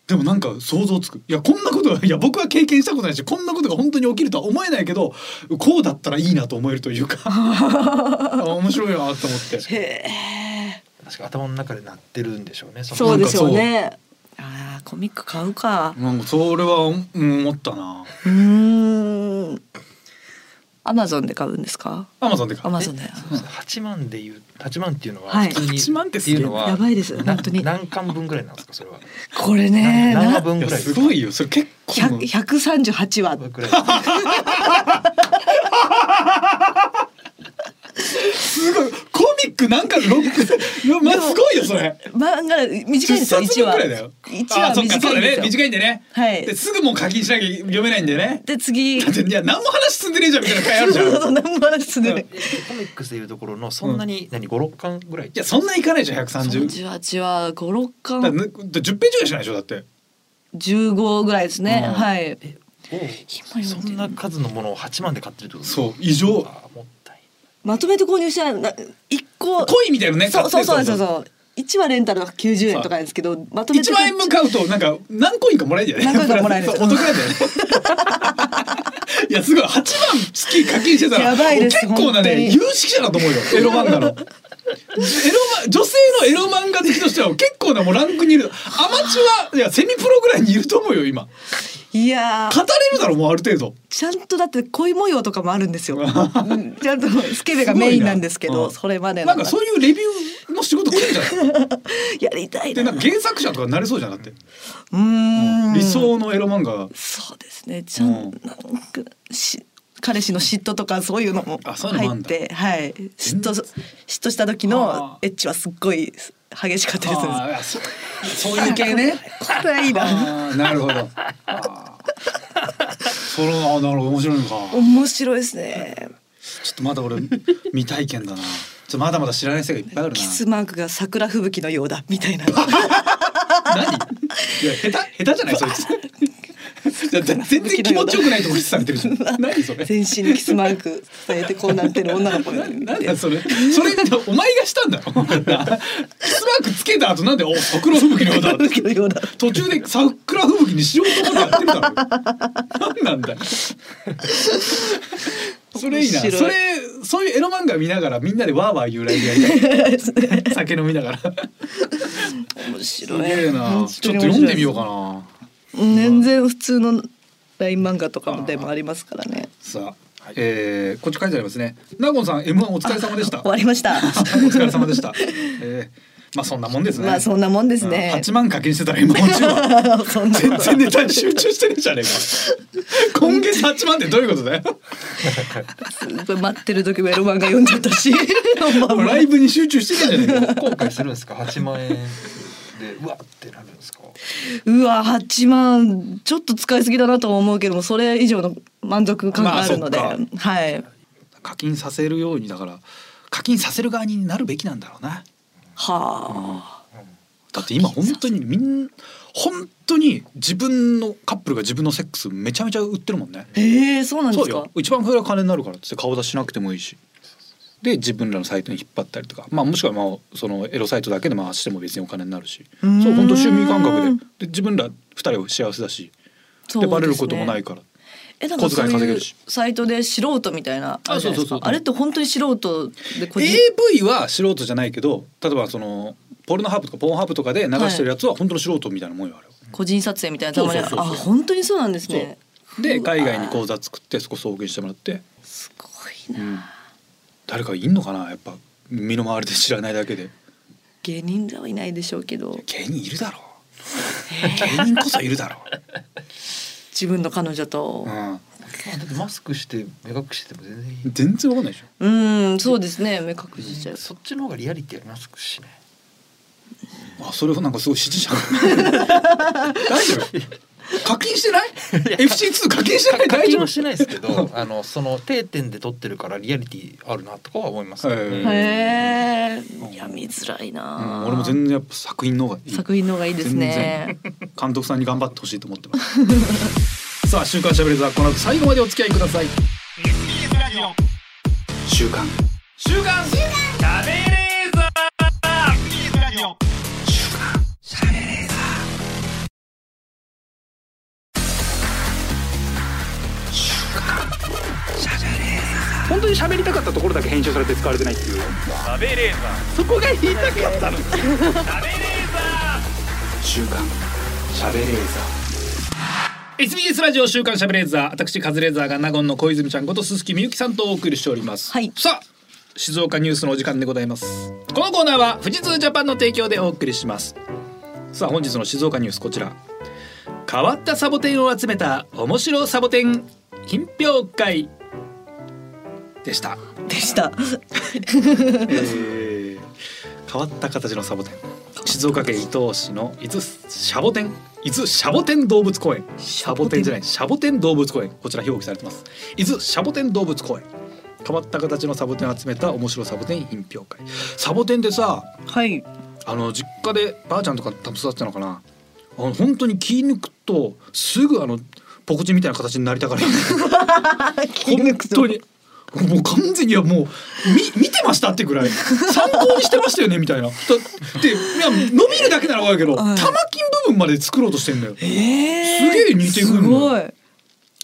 でもなんか想像つく。いやこんなことがいや僕は経験したことないしこんなことが本当に起きるとは思えないけどこうだったらいいなと思えるというか。あ面白いなと思って。へえ確か頭の中で鳴ってるんでしょうね。そのそうですよねああーコミック買うかなんかそれはうん思ったな。うーんアマゾンで買うんですかアマゾンでア買うマゾンで八万でいう八万っていうのははい普通に8万ってすげえいうのはやばいですな本当に何巻分ぐらいなんですかそれは。これねな何話な分いぐやらい。すごいよそれ結構100 138話ぐらいですか。すごいコミックなんかロックいやまあすごいよそれ。漫画短いんですよ10冊1話分くらいだよ。 1あ話そっか短そういんでだねすよ短いんでね。はいですぐもう課金しなきゃ読めないんだよね。で次だっていや何も話進んでねえじゃんみたいな回ある *laughs* じゃん。いそう何も話すんでないコミックスでいうところのそんなに何五六巻ぐらい。やそんないかないじゃん百三十。十八話五六だから巻ね10ページぐらいしないでしょだって。十五ぐらいですね。うんはい。え今お読んそでるんな数のものを八万で買ってるってことですか。そう異常あーもったいない。まとめて購入してないな一個恋みたいなのね。そうそうそうそうう。そう。一話レンタルが90円とかなんですけどまとめて1万円も買うとなんか何コインかもらえるじゃな何いコインかもらえるそうお得なんだよねいやすごい8万月課金してたらやばいですもう結構な本当ねに有識者だと思うよエロ漫画の。エロマ女性のエロ漫画好きとしては結構なもうランクにいるアマチュアいやセミプロぐらいにいると思うよ今語いやーれるだろもうある程度ちゃんとだって恋模様とかもあるんですようんちゃんとスケベがメインなんですけごいどなうんそれまでなのんかそういうレビューの仕事来るんじゃないやりたいでななんか原作者とかになれそうじゃなくてうーん理想のエロ漫画そうですねちゃん、うんなんかし彼氏の嫉妬とかそういうのもあそういうのもあ入んっだてはい嫉妬全然嫉妬した時のエッチはすっごい激しかったりするんですあーそうそういう系ね *laughs* これはいいなあーなるほど。あーそれはあーなるほど面白いのか。ちょ面白いですねっとまだ俺未体験だな。ちょっとまだまだ知らない世界いっぱいあるキスマークが桜吹雪のようだみた *laughs* いなな。何？いや下手下手じゃないそいつ。いや全然気持ちよくないところにされてるじゃん。何それ？全身にキスマークされてこうなってる女の子ななんだそれそれってお前がしたんだろ *laughs* なキスマークつけた後なんでお桜吹雪のようだ吹雪のようだ途中で桜吹雪にしようと思ってやってるだろ何なんだよそれいいなそ面白いれそういうエロ漫画見ながらみんなでわーわー言うライブやりた *laughs* い酒飲みながら面す白いげえな本ち当ょっにと面白い読んでみようかな全然普通のライン漫画とかでもありますからねさあ、えー、こっち書いてありますねナゴンさん M1 お疲れ *laughs* 様でした終わりましたお疲れ様でした、えー、まあそんなもんですねまあそんなもんですね8万課金してたら M1 中は *laughs* そんな全然ネタに集中してねえじゃねえか今月8万ってどういうことだよこれ待ってる時もエロ漫画読んじゃった *laughs* しライブに集中してねえじゃねえか *laughs* 後悔するんですか8万円でうわってなるんですかうわ8万ちょっと使いすぎだなとは思うけどもそれ以上の満足感があるので、まあそっはい課金させるようにだから課金させる側になるべきなんだろうなはあだって今本当にみん本当に自分のカップルが自分のセックスめちゃめちゃ売ってるもんねえー、そうなんでそうすかよ一番それが金になるからっつって顔出しなくてもいいしで自分らのサイトに引っ張ったりとか、まあ、もしくはまあそのエロサイトだけで回しても別にお金になるしうーんそう本当趣味感覚でで自分ら二人は幸せだしで,、そうですねバレることもないからえなんかそう小遣い稼いげうるしサイトで素人みたいなあるじゃないですあそうそうそうかあれって本当に素人でこれ AV は素人じゃないけど例えばそのポルノハーブとかポーンハーブとかで流してるやつは本当の素人みたいなもんよあれは。個人撮影みたいなたまにあそうそうそうそう本当にそうなんですねそうで海外に口座作ってそこ送迎してもらって、すごいな誰かいんのかなやっぱ身の回りで知らないだけで芸人ではいないでしょうけど芸人いるだろう芸人こそいるだろ自分の彼女と *laughs* う、うん、あだってマスクして目隠してても全然いい全然わかんないでしょうんそうですね目隠しちゃうそっちの方がリアリティありますしねあそれをなんかすごい支持者大丈夫課金してない FC2 課金してない課大金丈夫はしないですけどあのその定点で撮ってるからリアリティあるなとかは思いますけどへね、へえいや見づらいうんな、俺も全然やっぱ作品の方がいい作品の方がいいですね全然監督さんに頑張ってほしいと思ってます *laughs* さあ週刊しゃべれーザーこの後最後までお付き合いください週刊週刊本当に喋りたかったところだけ編集されて使われてないっていう喋れーザーそこが言いたかったの喋れーザー週刊喋れーザー SBS ラジオ週刊しゃべれーザー私カズレーザーが納言の小泉ちゃんこと鈴木みゆきさんとお送りしております、はいさあ静岡ニュースのお時間でございますこのコーナーは富士通ジャパンの提供でお送りしますさあ本日の静岡ニュースこちら変わったサボテンを集めた面白サボテン品評会でしたでしたえー変わった形のサボテン静岡県伊東市の伊豆シャボテン伊豆シャボテン動物公園シャボテンじゃないシャボテン動物公園こちら表記されてます伊豆シャボテン動物公園変わった形のサボテンを集めた面白サボテン品評会サボテンってさはいあの実家でばあちゃんとか多分育てたのかなあの本当に切り抜くと *laughs* すぐあのポコチンみたいな形になりたがる気本当にもう完全にいやもうみ見てましたってぐらい参考にしてましたよねみたいな。だっていや伸びるだけならわかるけど、はい玉金部分まで作ろうとしてんだよ。えすげえ似てくるすのごい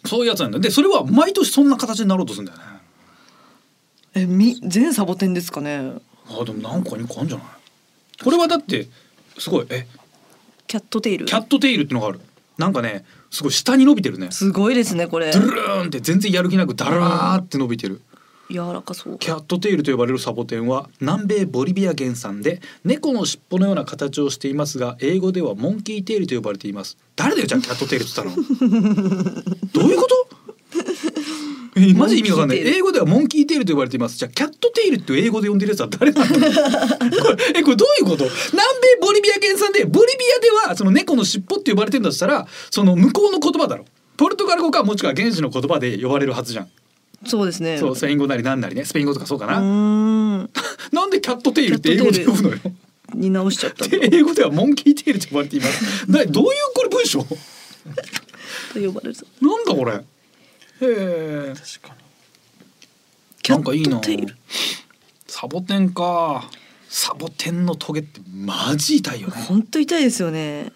そういうやつなんだよ。でそれは毎年そんな形になろうとするんだよね。えみ全サボテンですかねあでもなんか2個あるんじゃないこれはだってすごいえキャットテイルキャットテイルってのがあるなんかねすごい下に伸びてるねすごいですねこれドゥルーンって全然やる気なくダラーって伸びてる柔らかそうキャットテイルと呼ばれるサボテンは南米ボリビア原産で猫の尻尾のような形をしていますが英語ではモンキーテイルと呼ばれています誰だよじゃあキャットテイルって言った *laughs* のどういうことえマジ意味わかんないモンキーテイル英語ではモンキーテイルと呼ばれていますじゃあキャットテイルって英語で呼んでるやつは誰なん *laughs* だこれえこれどういうこと南米ボリビア原産でボリビアではその猫の尻尾って呼ばれてるんだとしたらその向こうの言葉だろポルトガル語かもしくは原始の言葉で呼ばれるはずじゃんそうですねそうスペイン語なりなんなりねスペイン語とかそうかうな、ーんなんでキャットテイルって英語で呼ぶのよ。に直しちゃ *laughs* ったんだで英語ではモンキーテイルと呼ばれて *laughs* います。だどういうこれ文章？と呼ばれるなんだこれ。へえ。確かにキャットテイなんかいいなルサボテンか。サボテンのトゲってマジ痛いよね。本当痛いですよね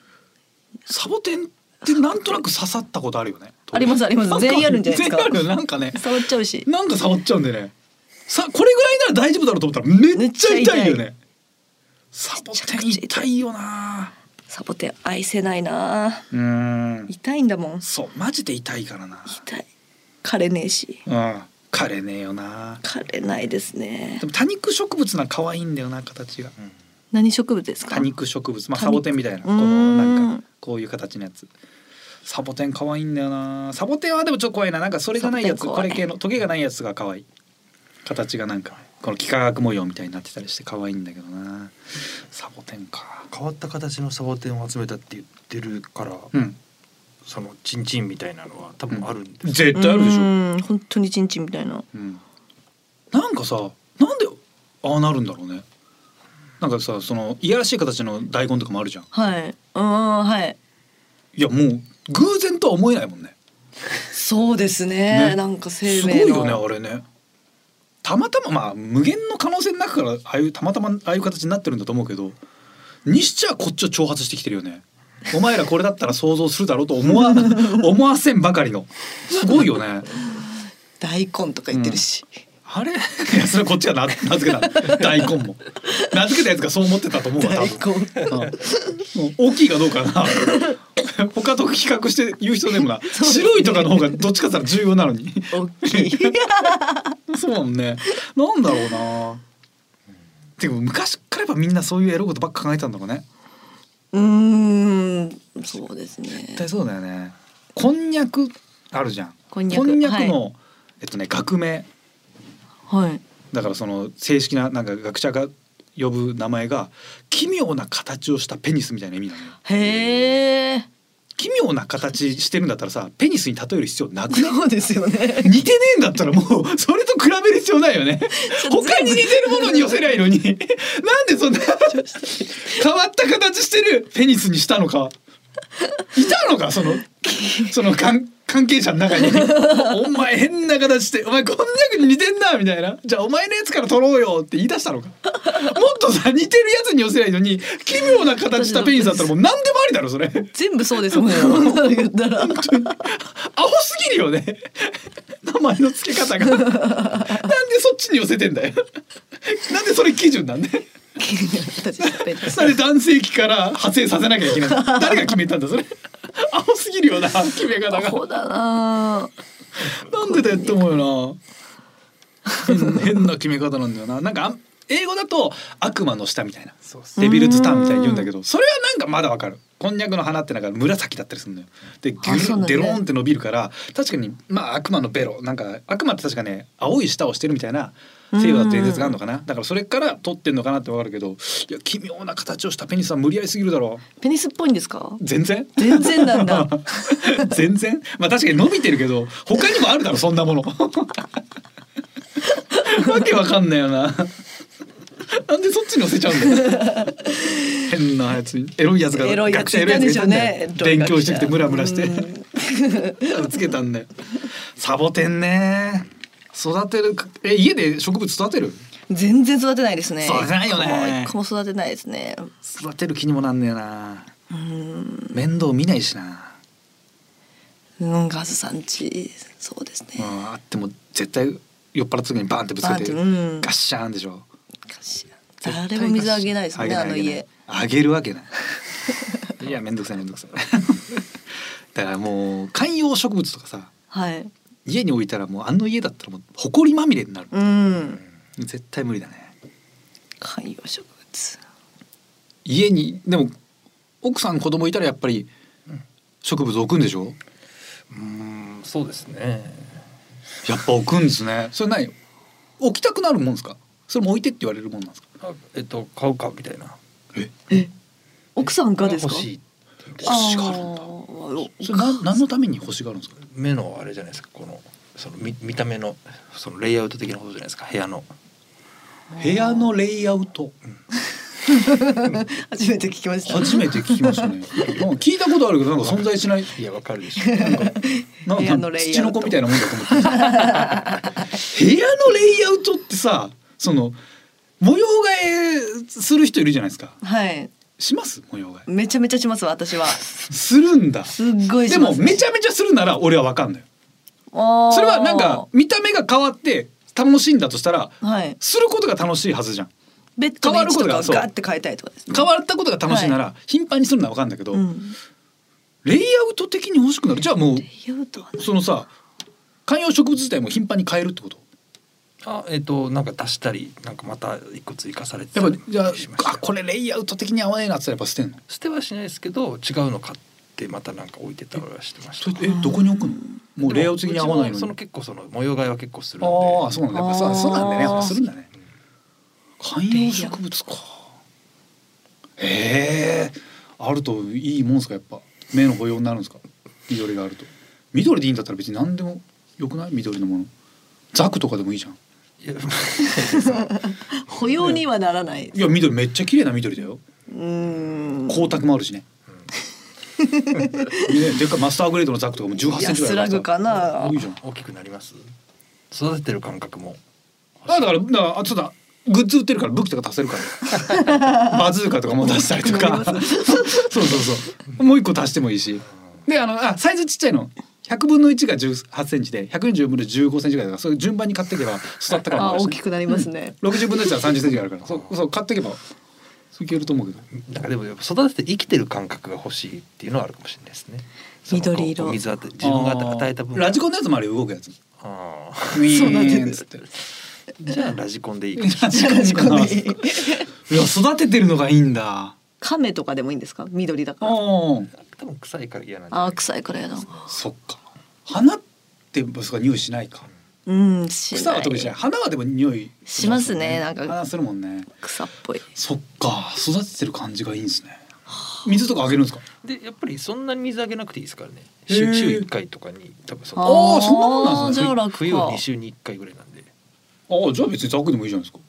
サボテンってなんとなく刺さったことあるよね。ありますありますなん全員あるんじゃないですか全員あるよなんかね。触っちゃうしなんか触っちゃうんでね。さこれぐらいなら大丈夫だろうと思ったらめっちゃ痛いよめっちゃ痛ね。サボテン痛いよな。サボテン愛せないなうん。痛いんだもんそうマジで痛いからな。痛い枯れねえしうん、枯れねえよな枯れないですねでも多肉植物なんか可愛いんだよな形が何植物ですか多肉植物まあ多サ肉ボテンみたいなこうーのんなんかこういう形のやつサボテン可愛いんだよなサボテンはでもちょっと怖いななんかそれがないやつサボテンこ怖れい系のトゲがないやつが可愛い形がなんかこの幾何学模様みたいになってたりして可愛いんだけどなサボテンか変わった形のサボテンを集めたって言ってるから、うんそのチンチンみたいなのは多分あるんですよ、絶対あるでしょ、うん本当にチンチンみたいなうん、なんかさなんでああなるんだろうねなんかさそのいやらしい形の大根とかもあるじゃんはいうんはいいやもう偶然とは思えないもんね。そうですねねなんか生すご命のいよねあれね。たまたままあ無限の可能性の中からああいうたまたまああいう形になってるんだと思うけど、にしちゃこっちを挑発してきてるよね。お前らこれだったら想像するだろうと思 *laughs* わ思わせんばかりのすごいよね。大根とか言ってるし、あれいやそれこっちがな名付け *laughs* た大根も名付けたやつがそう思ってたと思うわ多大分。根うんうん大きいかどうかな他と比較して言う人でもな白いとかの方がどっちかって言ったら重要なのに大きいそうだもんねなんだろうなてか昔からやっぱみんなそういうエロいことばっか考えてたんだろうね *laughs* うーんそうですね絶対そうだよねこんにゃくあるじゃんこんにゃくの、えっとね学名はいだからその正式ななんか学者が呼ぶ名前が奇妙な形をしたペニスみたいな意味なのよへえ奇妙な形してるんだったらさペニスに例える必要なくないそうですよね似てねえんだったらもうそれと比べる必要ないよね他に似てるものに寄せりゃいいのになんでそんな変わった形してるペニスにしたのかいたのかそのその関関係者の中に「お前変な形してお前こんにゃくに似てんな」みたいな「じゃあお前のやつから取ろうよ」って言い出したのかもっとさ似てるやつに寄せりゃいいのに奇妙な形したペニスだったらもう何でもありだろそれ。全部そうですもんねなんか言ったらアホすぎるよね *laughs* 名前の付け方がなんでそっちに寄せてんだよ *laughs* なんでそれ基準なんで気になる形してペニスなんで男性器から派生させなきゃいけないの誰が決めたんだそれアホすぎるよな決め方アがホだななんでだよって思うよな変 *laughs* 変な決め方なんだよななんかあん英語だと悪魔の舌みたいなそうっすデビルズタンみたいに言うんだけどそれはなんかまだわかるこんにゃくの花ってなんか紫だったりするのよでギあそうュなんルだデローンって伸びるから確かにまあ悪魔のベロなんか悪魔って確かね青い舌をしてるみたいな西洋だと伝説があるのかなだからそれから取ってんのかなってわかるけどいや奇妙な形をしたペニスは無理やりすぎるだろペニスっぽいんですかう全然全然なんだ *laughs* 全然まあ確かに伸びてるけど他にもあるだろそん *laughs* なものわけわかんないよななんでそっちに寄せちゃうんだよ変なやつにエロいやつがエロいやつ学生エロいやつがいたんだよいたんでしょうね勉強してきてムラムラしてうつけたんだよサボテンね育てるえ家で植物育てる全然育てないですね育てないよねもう一個も育てないですね育てる気にもなんねえなうん面倒見ないしな、うんガズさんちそうですうねん、あっても絶対酔っ払った時にバンってぶつけてバガンってうんッシャーンでしょ誰も水あげないですねあのあげない家あげるわけない *laughs* いや面倒くさい面倒くさい *laughs* だからもう観葉植物とかさはい家に置いたらもうあの家だったらもう埃まみれになる、うん絶対無理だね観葉植物家にでも奥さん子供いたらやっぱり植物置くんでしょうんそうですねやっぱ置くんですねそれ何置きたくなるもんですかそれも置いてって言われるもんなんですかあえっと買うかみたいな奥さんがですか欲しい欲しがるんだあー *laughs* それな何のために欲しがるんですか目のあれじゃないですかこのその見見た目のそのレイアウト的なことじゃないですか部屋の部屋のレイアウト初めて聞きました初めて聞きましたね *laughs* なんか聞いたことあるけどなんか存在しないいやわかるでしょなん部屋かのレイアウト土の子みたいなもんだと思ってました部屋のレイアウトってさその模様替えする人いるじゃないですかはいします模様替えめちゃめちゃします私はするんだすっごいでしまもすめちゃめちゃするなら俺はわかんないそそれはなんか見た目が変わって楽しいんだとしたらはいすることが楽しいはずじゃんベッドの位置とかを変わガるッて変えたいとかですね変わったことが楽しいなら頻繁にするのはわかんだけど、うんレイアウト的に欲しくなるじゃあもレイうアウトはねそのさ観葉植物自体も頻繁に変えるってこと *laughs* あえっとなんか足したりなんかまた一個追加されてやたっりぱじゃあしましたあこれレイアウト的に合わねえなって言ったらやっぱ捨てんの捨てはしないですけど違うの買ってまたなんか置いてたりはしてましそたれえどこに置くのもうレイアウト的に合わないでもうちもそのにの結構その模様替えは結構するんでああそうなんだやっぱあさーそうなんだねやっぱするんだね観葉植物かええあるといいもんですかやっぱ目の保養になるんですか緑があると緑でいいんだったら別に何でもよくない緑のものザクとかでもいいじゃんいや *laughs* 保養にはならないいや緑めっちゃ綺麗な緑だようーん光沢もあ *laughs* るしねねでっかいマスターグレードのザクとかも18センチぐ安ららいあるぐからかさな多いじゃん大きくなります育ててる感覚もあだからだからあそうだグッズ売ってるから武器とか出せるか *laughs* らバズーカとかも出したりとかそうそうそうもう一個足してもいいしであのあサイズちっちゃいの100分の1が18センチで120分の15センチぐらいだからそういう順番に買っていけば育ったからあも大るきしくなりますね60分の1は30センチがあるからそうそう買っていけばいけると思うけどなんかでもやっぱ育てて生きてる感覚が欲しいっていうのはあるかもしれないですねその緑色こう水当て自分が与えた分あーラジコンのやつもあるよ動くやつあウィそうなんーンっでつすってーじゃあラジコンでいいかもしれラジコン確かかにいや育ててるのがいいんだ亀とかでもいいんですか緑だからおーない多分臭いから嫌なんであー臭いくらいだなそっか花って僕は匂いしないかうんしない草は特にしない花はでも匂いもしますねなんか花するもんね草っぽいそっか育ててる感じがいいんですね水とかあげるんですかでやっぱりそんなに水あげなくていいですからねへ週ー週1回とかに多分そあのーそんなもんなんですねあーじゃあ楽か冬は2週に1回ぐらいなんでああじゃあ別にザクでもいいじゃないですか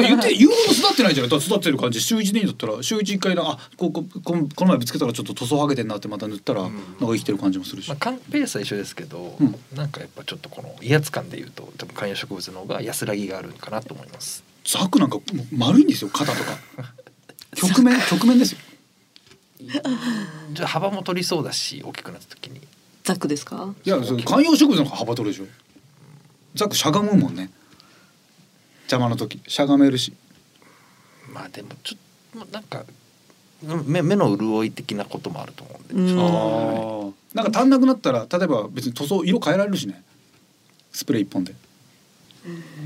言って言うほど育ってないじゃないだから育ってる感じ週一でいいんだったら週一一回なあこここのこの前ぶつけたらちょっと塗装はげてんなってまた塗ったら、んなんか生きてる感じもするし、まあ、かんペースは一緒ですけど、うんなんかやっぱちょっとこの威圧感で言うと多分観葉植物の方が安らぎがあるかなと思いますザクなんかもう丸いんですよ肩とか局面局面ですよじゃあ幅も取りそうだし大きくなった時にザクですかいや、大きそのく観葉植物の方が幅取るでしょ。ザックしゃがむもんね。邪魔の時、しゃがめるし。まあでもちょっとまあなんか目目の潤い的なこともあると思うんで、うんああーなんか足んなくなったら、例えば別に塗装色変えられるしね。スプレー一本で。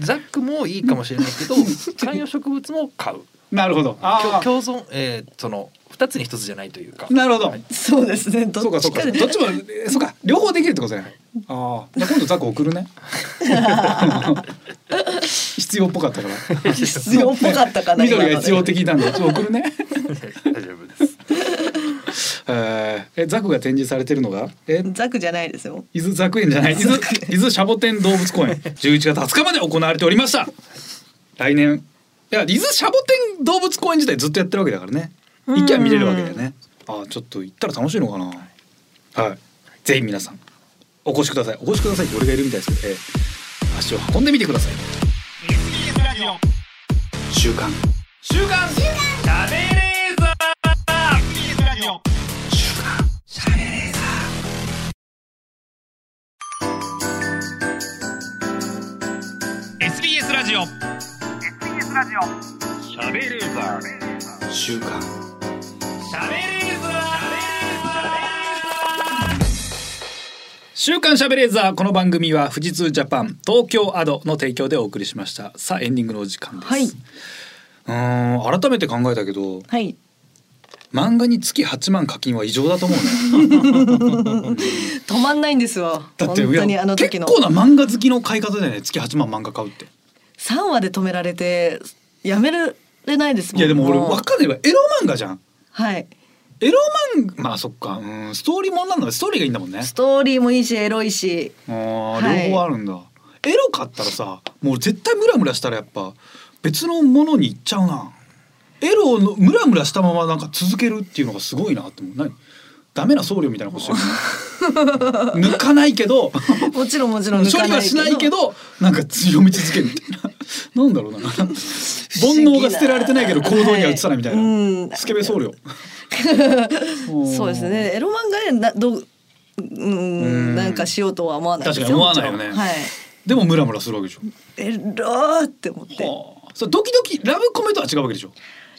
ザックもいいかもしれないけ *laughs* ど観葉植物も買うなるほど。共あー共存、えーその2つに1つじゃないというかなるほど。そうですねそうどかっそうちかかどっでちも *laughs* えーそうか両方できるってことだよああじゃあ今度ザック送るね必要っぽかったから必要っぽかったかな緑今がので必要的なんでちょっと送るね大丈夫ですえーえザックが展示されてるのがえザクじゃないですよ伊豆雑園じゃない伊豆伊豆シャボテン動物公園11月20日まで行われておりました来年いや伊豆シャボテン動物公園自体ずっとやってるわけだからね行きゃ見れるわけだよねあーちょっと行ったら楽しいのかなはいぜひ皆さんお越しくださいお越しくださいって俺がいるみたいですけど、えー足を運んでみてください週刊週刊週刊週刊しゃべれーザーこの番組は富士通ジャパン東京アドの提供でお送りしましたさあエンディングのお時間です、はいうーん改めて考えたけどはい漫画に月8万課金は異常だと思うね *laughs* 止まんないんですわだ本って当いにやあの時の結構な漫画好きの買い方だよね月8万漫画買うって3話で止められてやめられないですもんいやでも俺うわかんないわエロ漫画じゃんはいエロ漫画まあそっかうんストーリーもんなんだねストーリーがいいんだもんねストーリーもいいしエロいしあーはい両方あるんだ、エロ買ったらさもう絶対ムラムラしたらやっぱ別のものに行っちゃうなエロのムラムラしたままなんか続けるっていうのがすごいなって思う何ダメな僧侶みたいなこと *laughs* してるね抜かないけどもちろんもちろん抜処か理はしないけどなんか強み続けるみたいななんだ *laughs* ろうな煩悩が捨てられてないけど行動には移さないみたいな、はいうんスケベ僧侶 *laughs* そうですねエロ漫画でなどううんなんかしようとは思わないですよ確かに思わないよねもちろんはいでもムラムラするわけでしょエローって思ってはあそれドキドキラブコメとは違うわけでしょ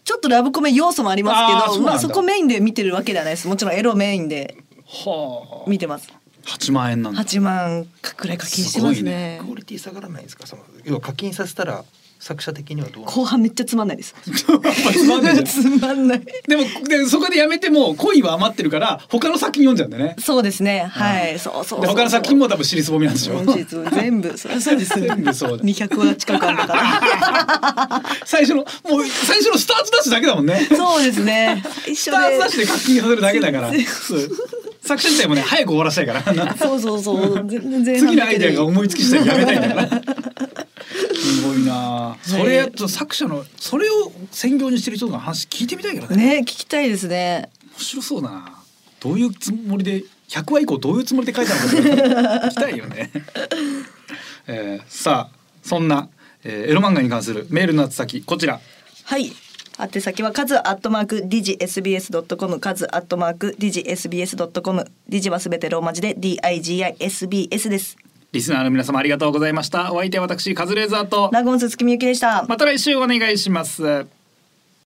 ちょっとラブコメ要素もありますけあーどそうなんだまあそこメインで見てるわけではないですもちろんエロメインでは見てますあ8万円なんだ8万くらい課金してますね *laughs* クオリティ下がらないですかその要は課金させたら作者的にはどうなの後半めっちゃつまんないですつまんないじ *laughs* ゃんつまんないでもでそこでやめても恋は余ってるから他の作品読んじゃうんだよねそうですねはいそうそうで他の作品も多分尻すぼみなんでしょ本日全 *laughs* 部そうそうです全部そう *laughs* だ200話近くあったから *laughs* 最初のもう最初のスタートダッシュだけだもんね *laughs* そうですね一ス緒タートダでッシュで課金させるだけだから全然そう作者自体もね早く終わらせたいからそうそうそう *laughs* 全然次のアイデアが思いつきしたらやめたいんだから。すごいなあ。それやっと作者のそれを専業にしてる人の話聞いてみたいけどねね。聞きたいですね面白そうだな。どういうつもりで100話以降どういうつもりで書いたのか聞きたいよね。 *laughs* えーさあそんな、えーエロ漫画に関するメールの宛先こちら。はい。宛先はカズアットマークディジ SBS ドットコムカズアットマークディジ SBS ドットコムディジはすべてローマ字で D I G I S B S です。リスナーの皆様ありがとうございました。お相手は私カズレーザーとラゴンス月見ゆきでした。また来週お願いします。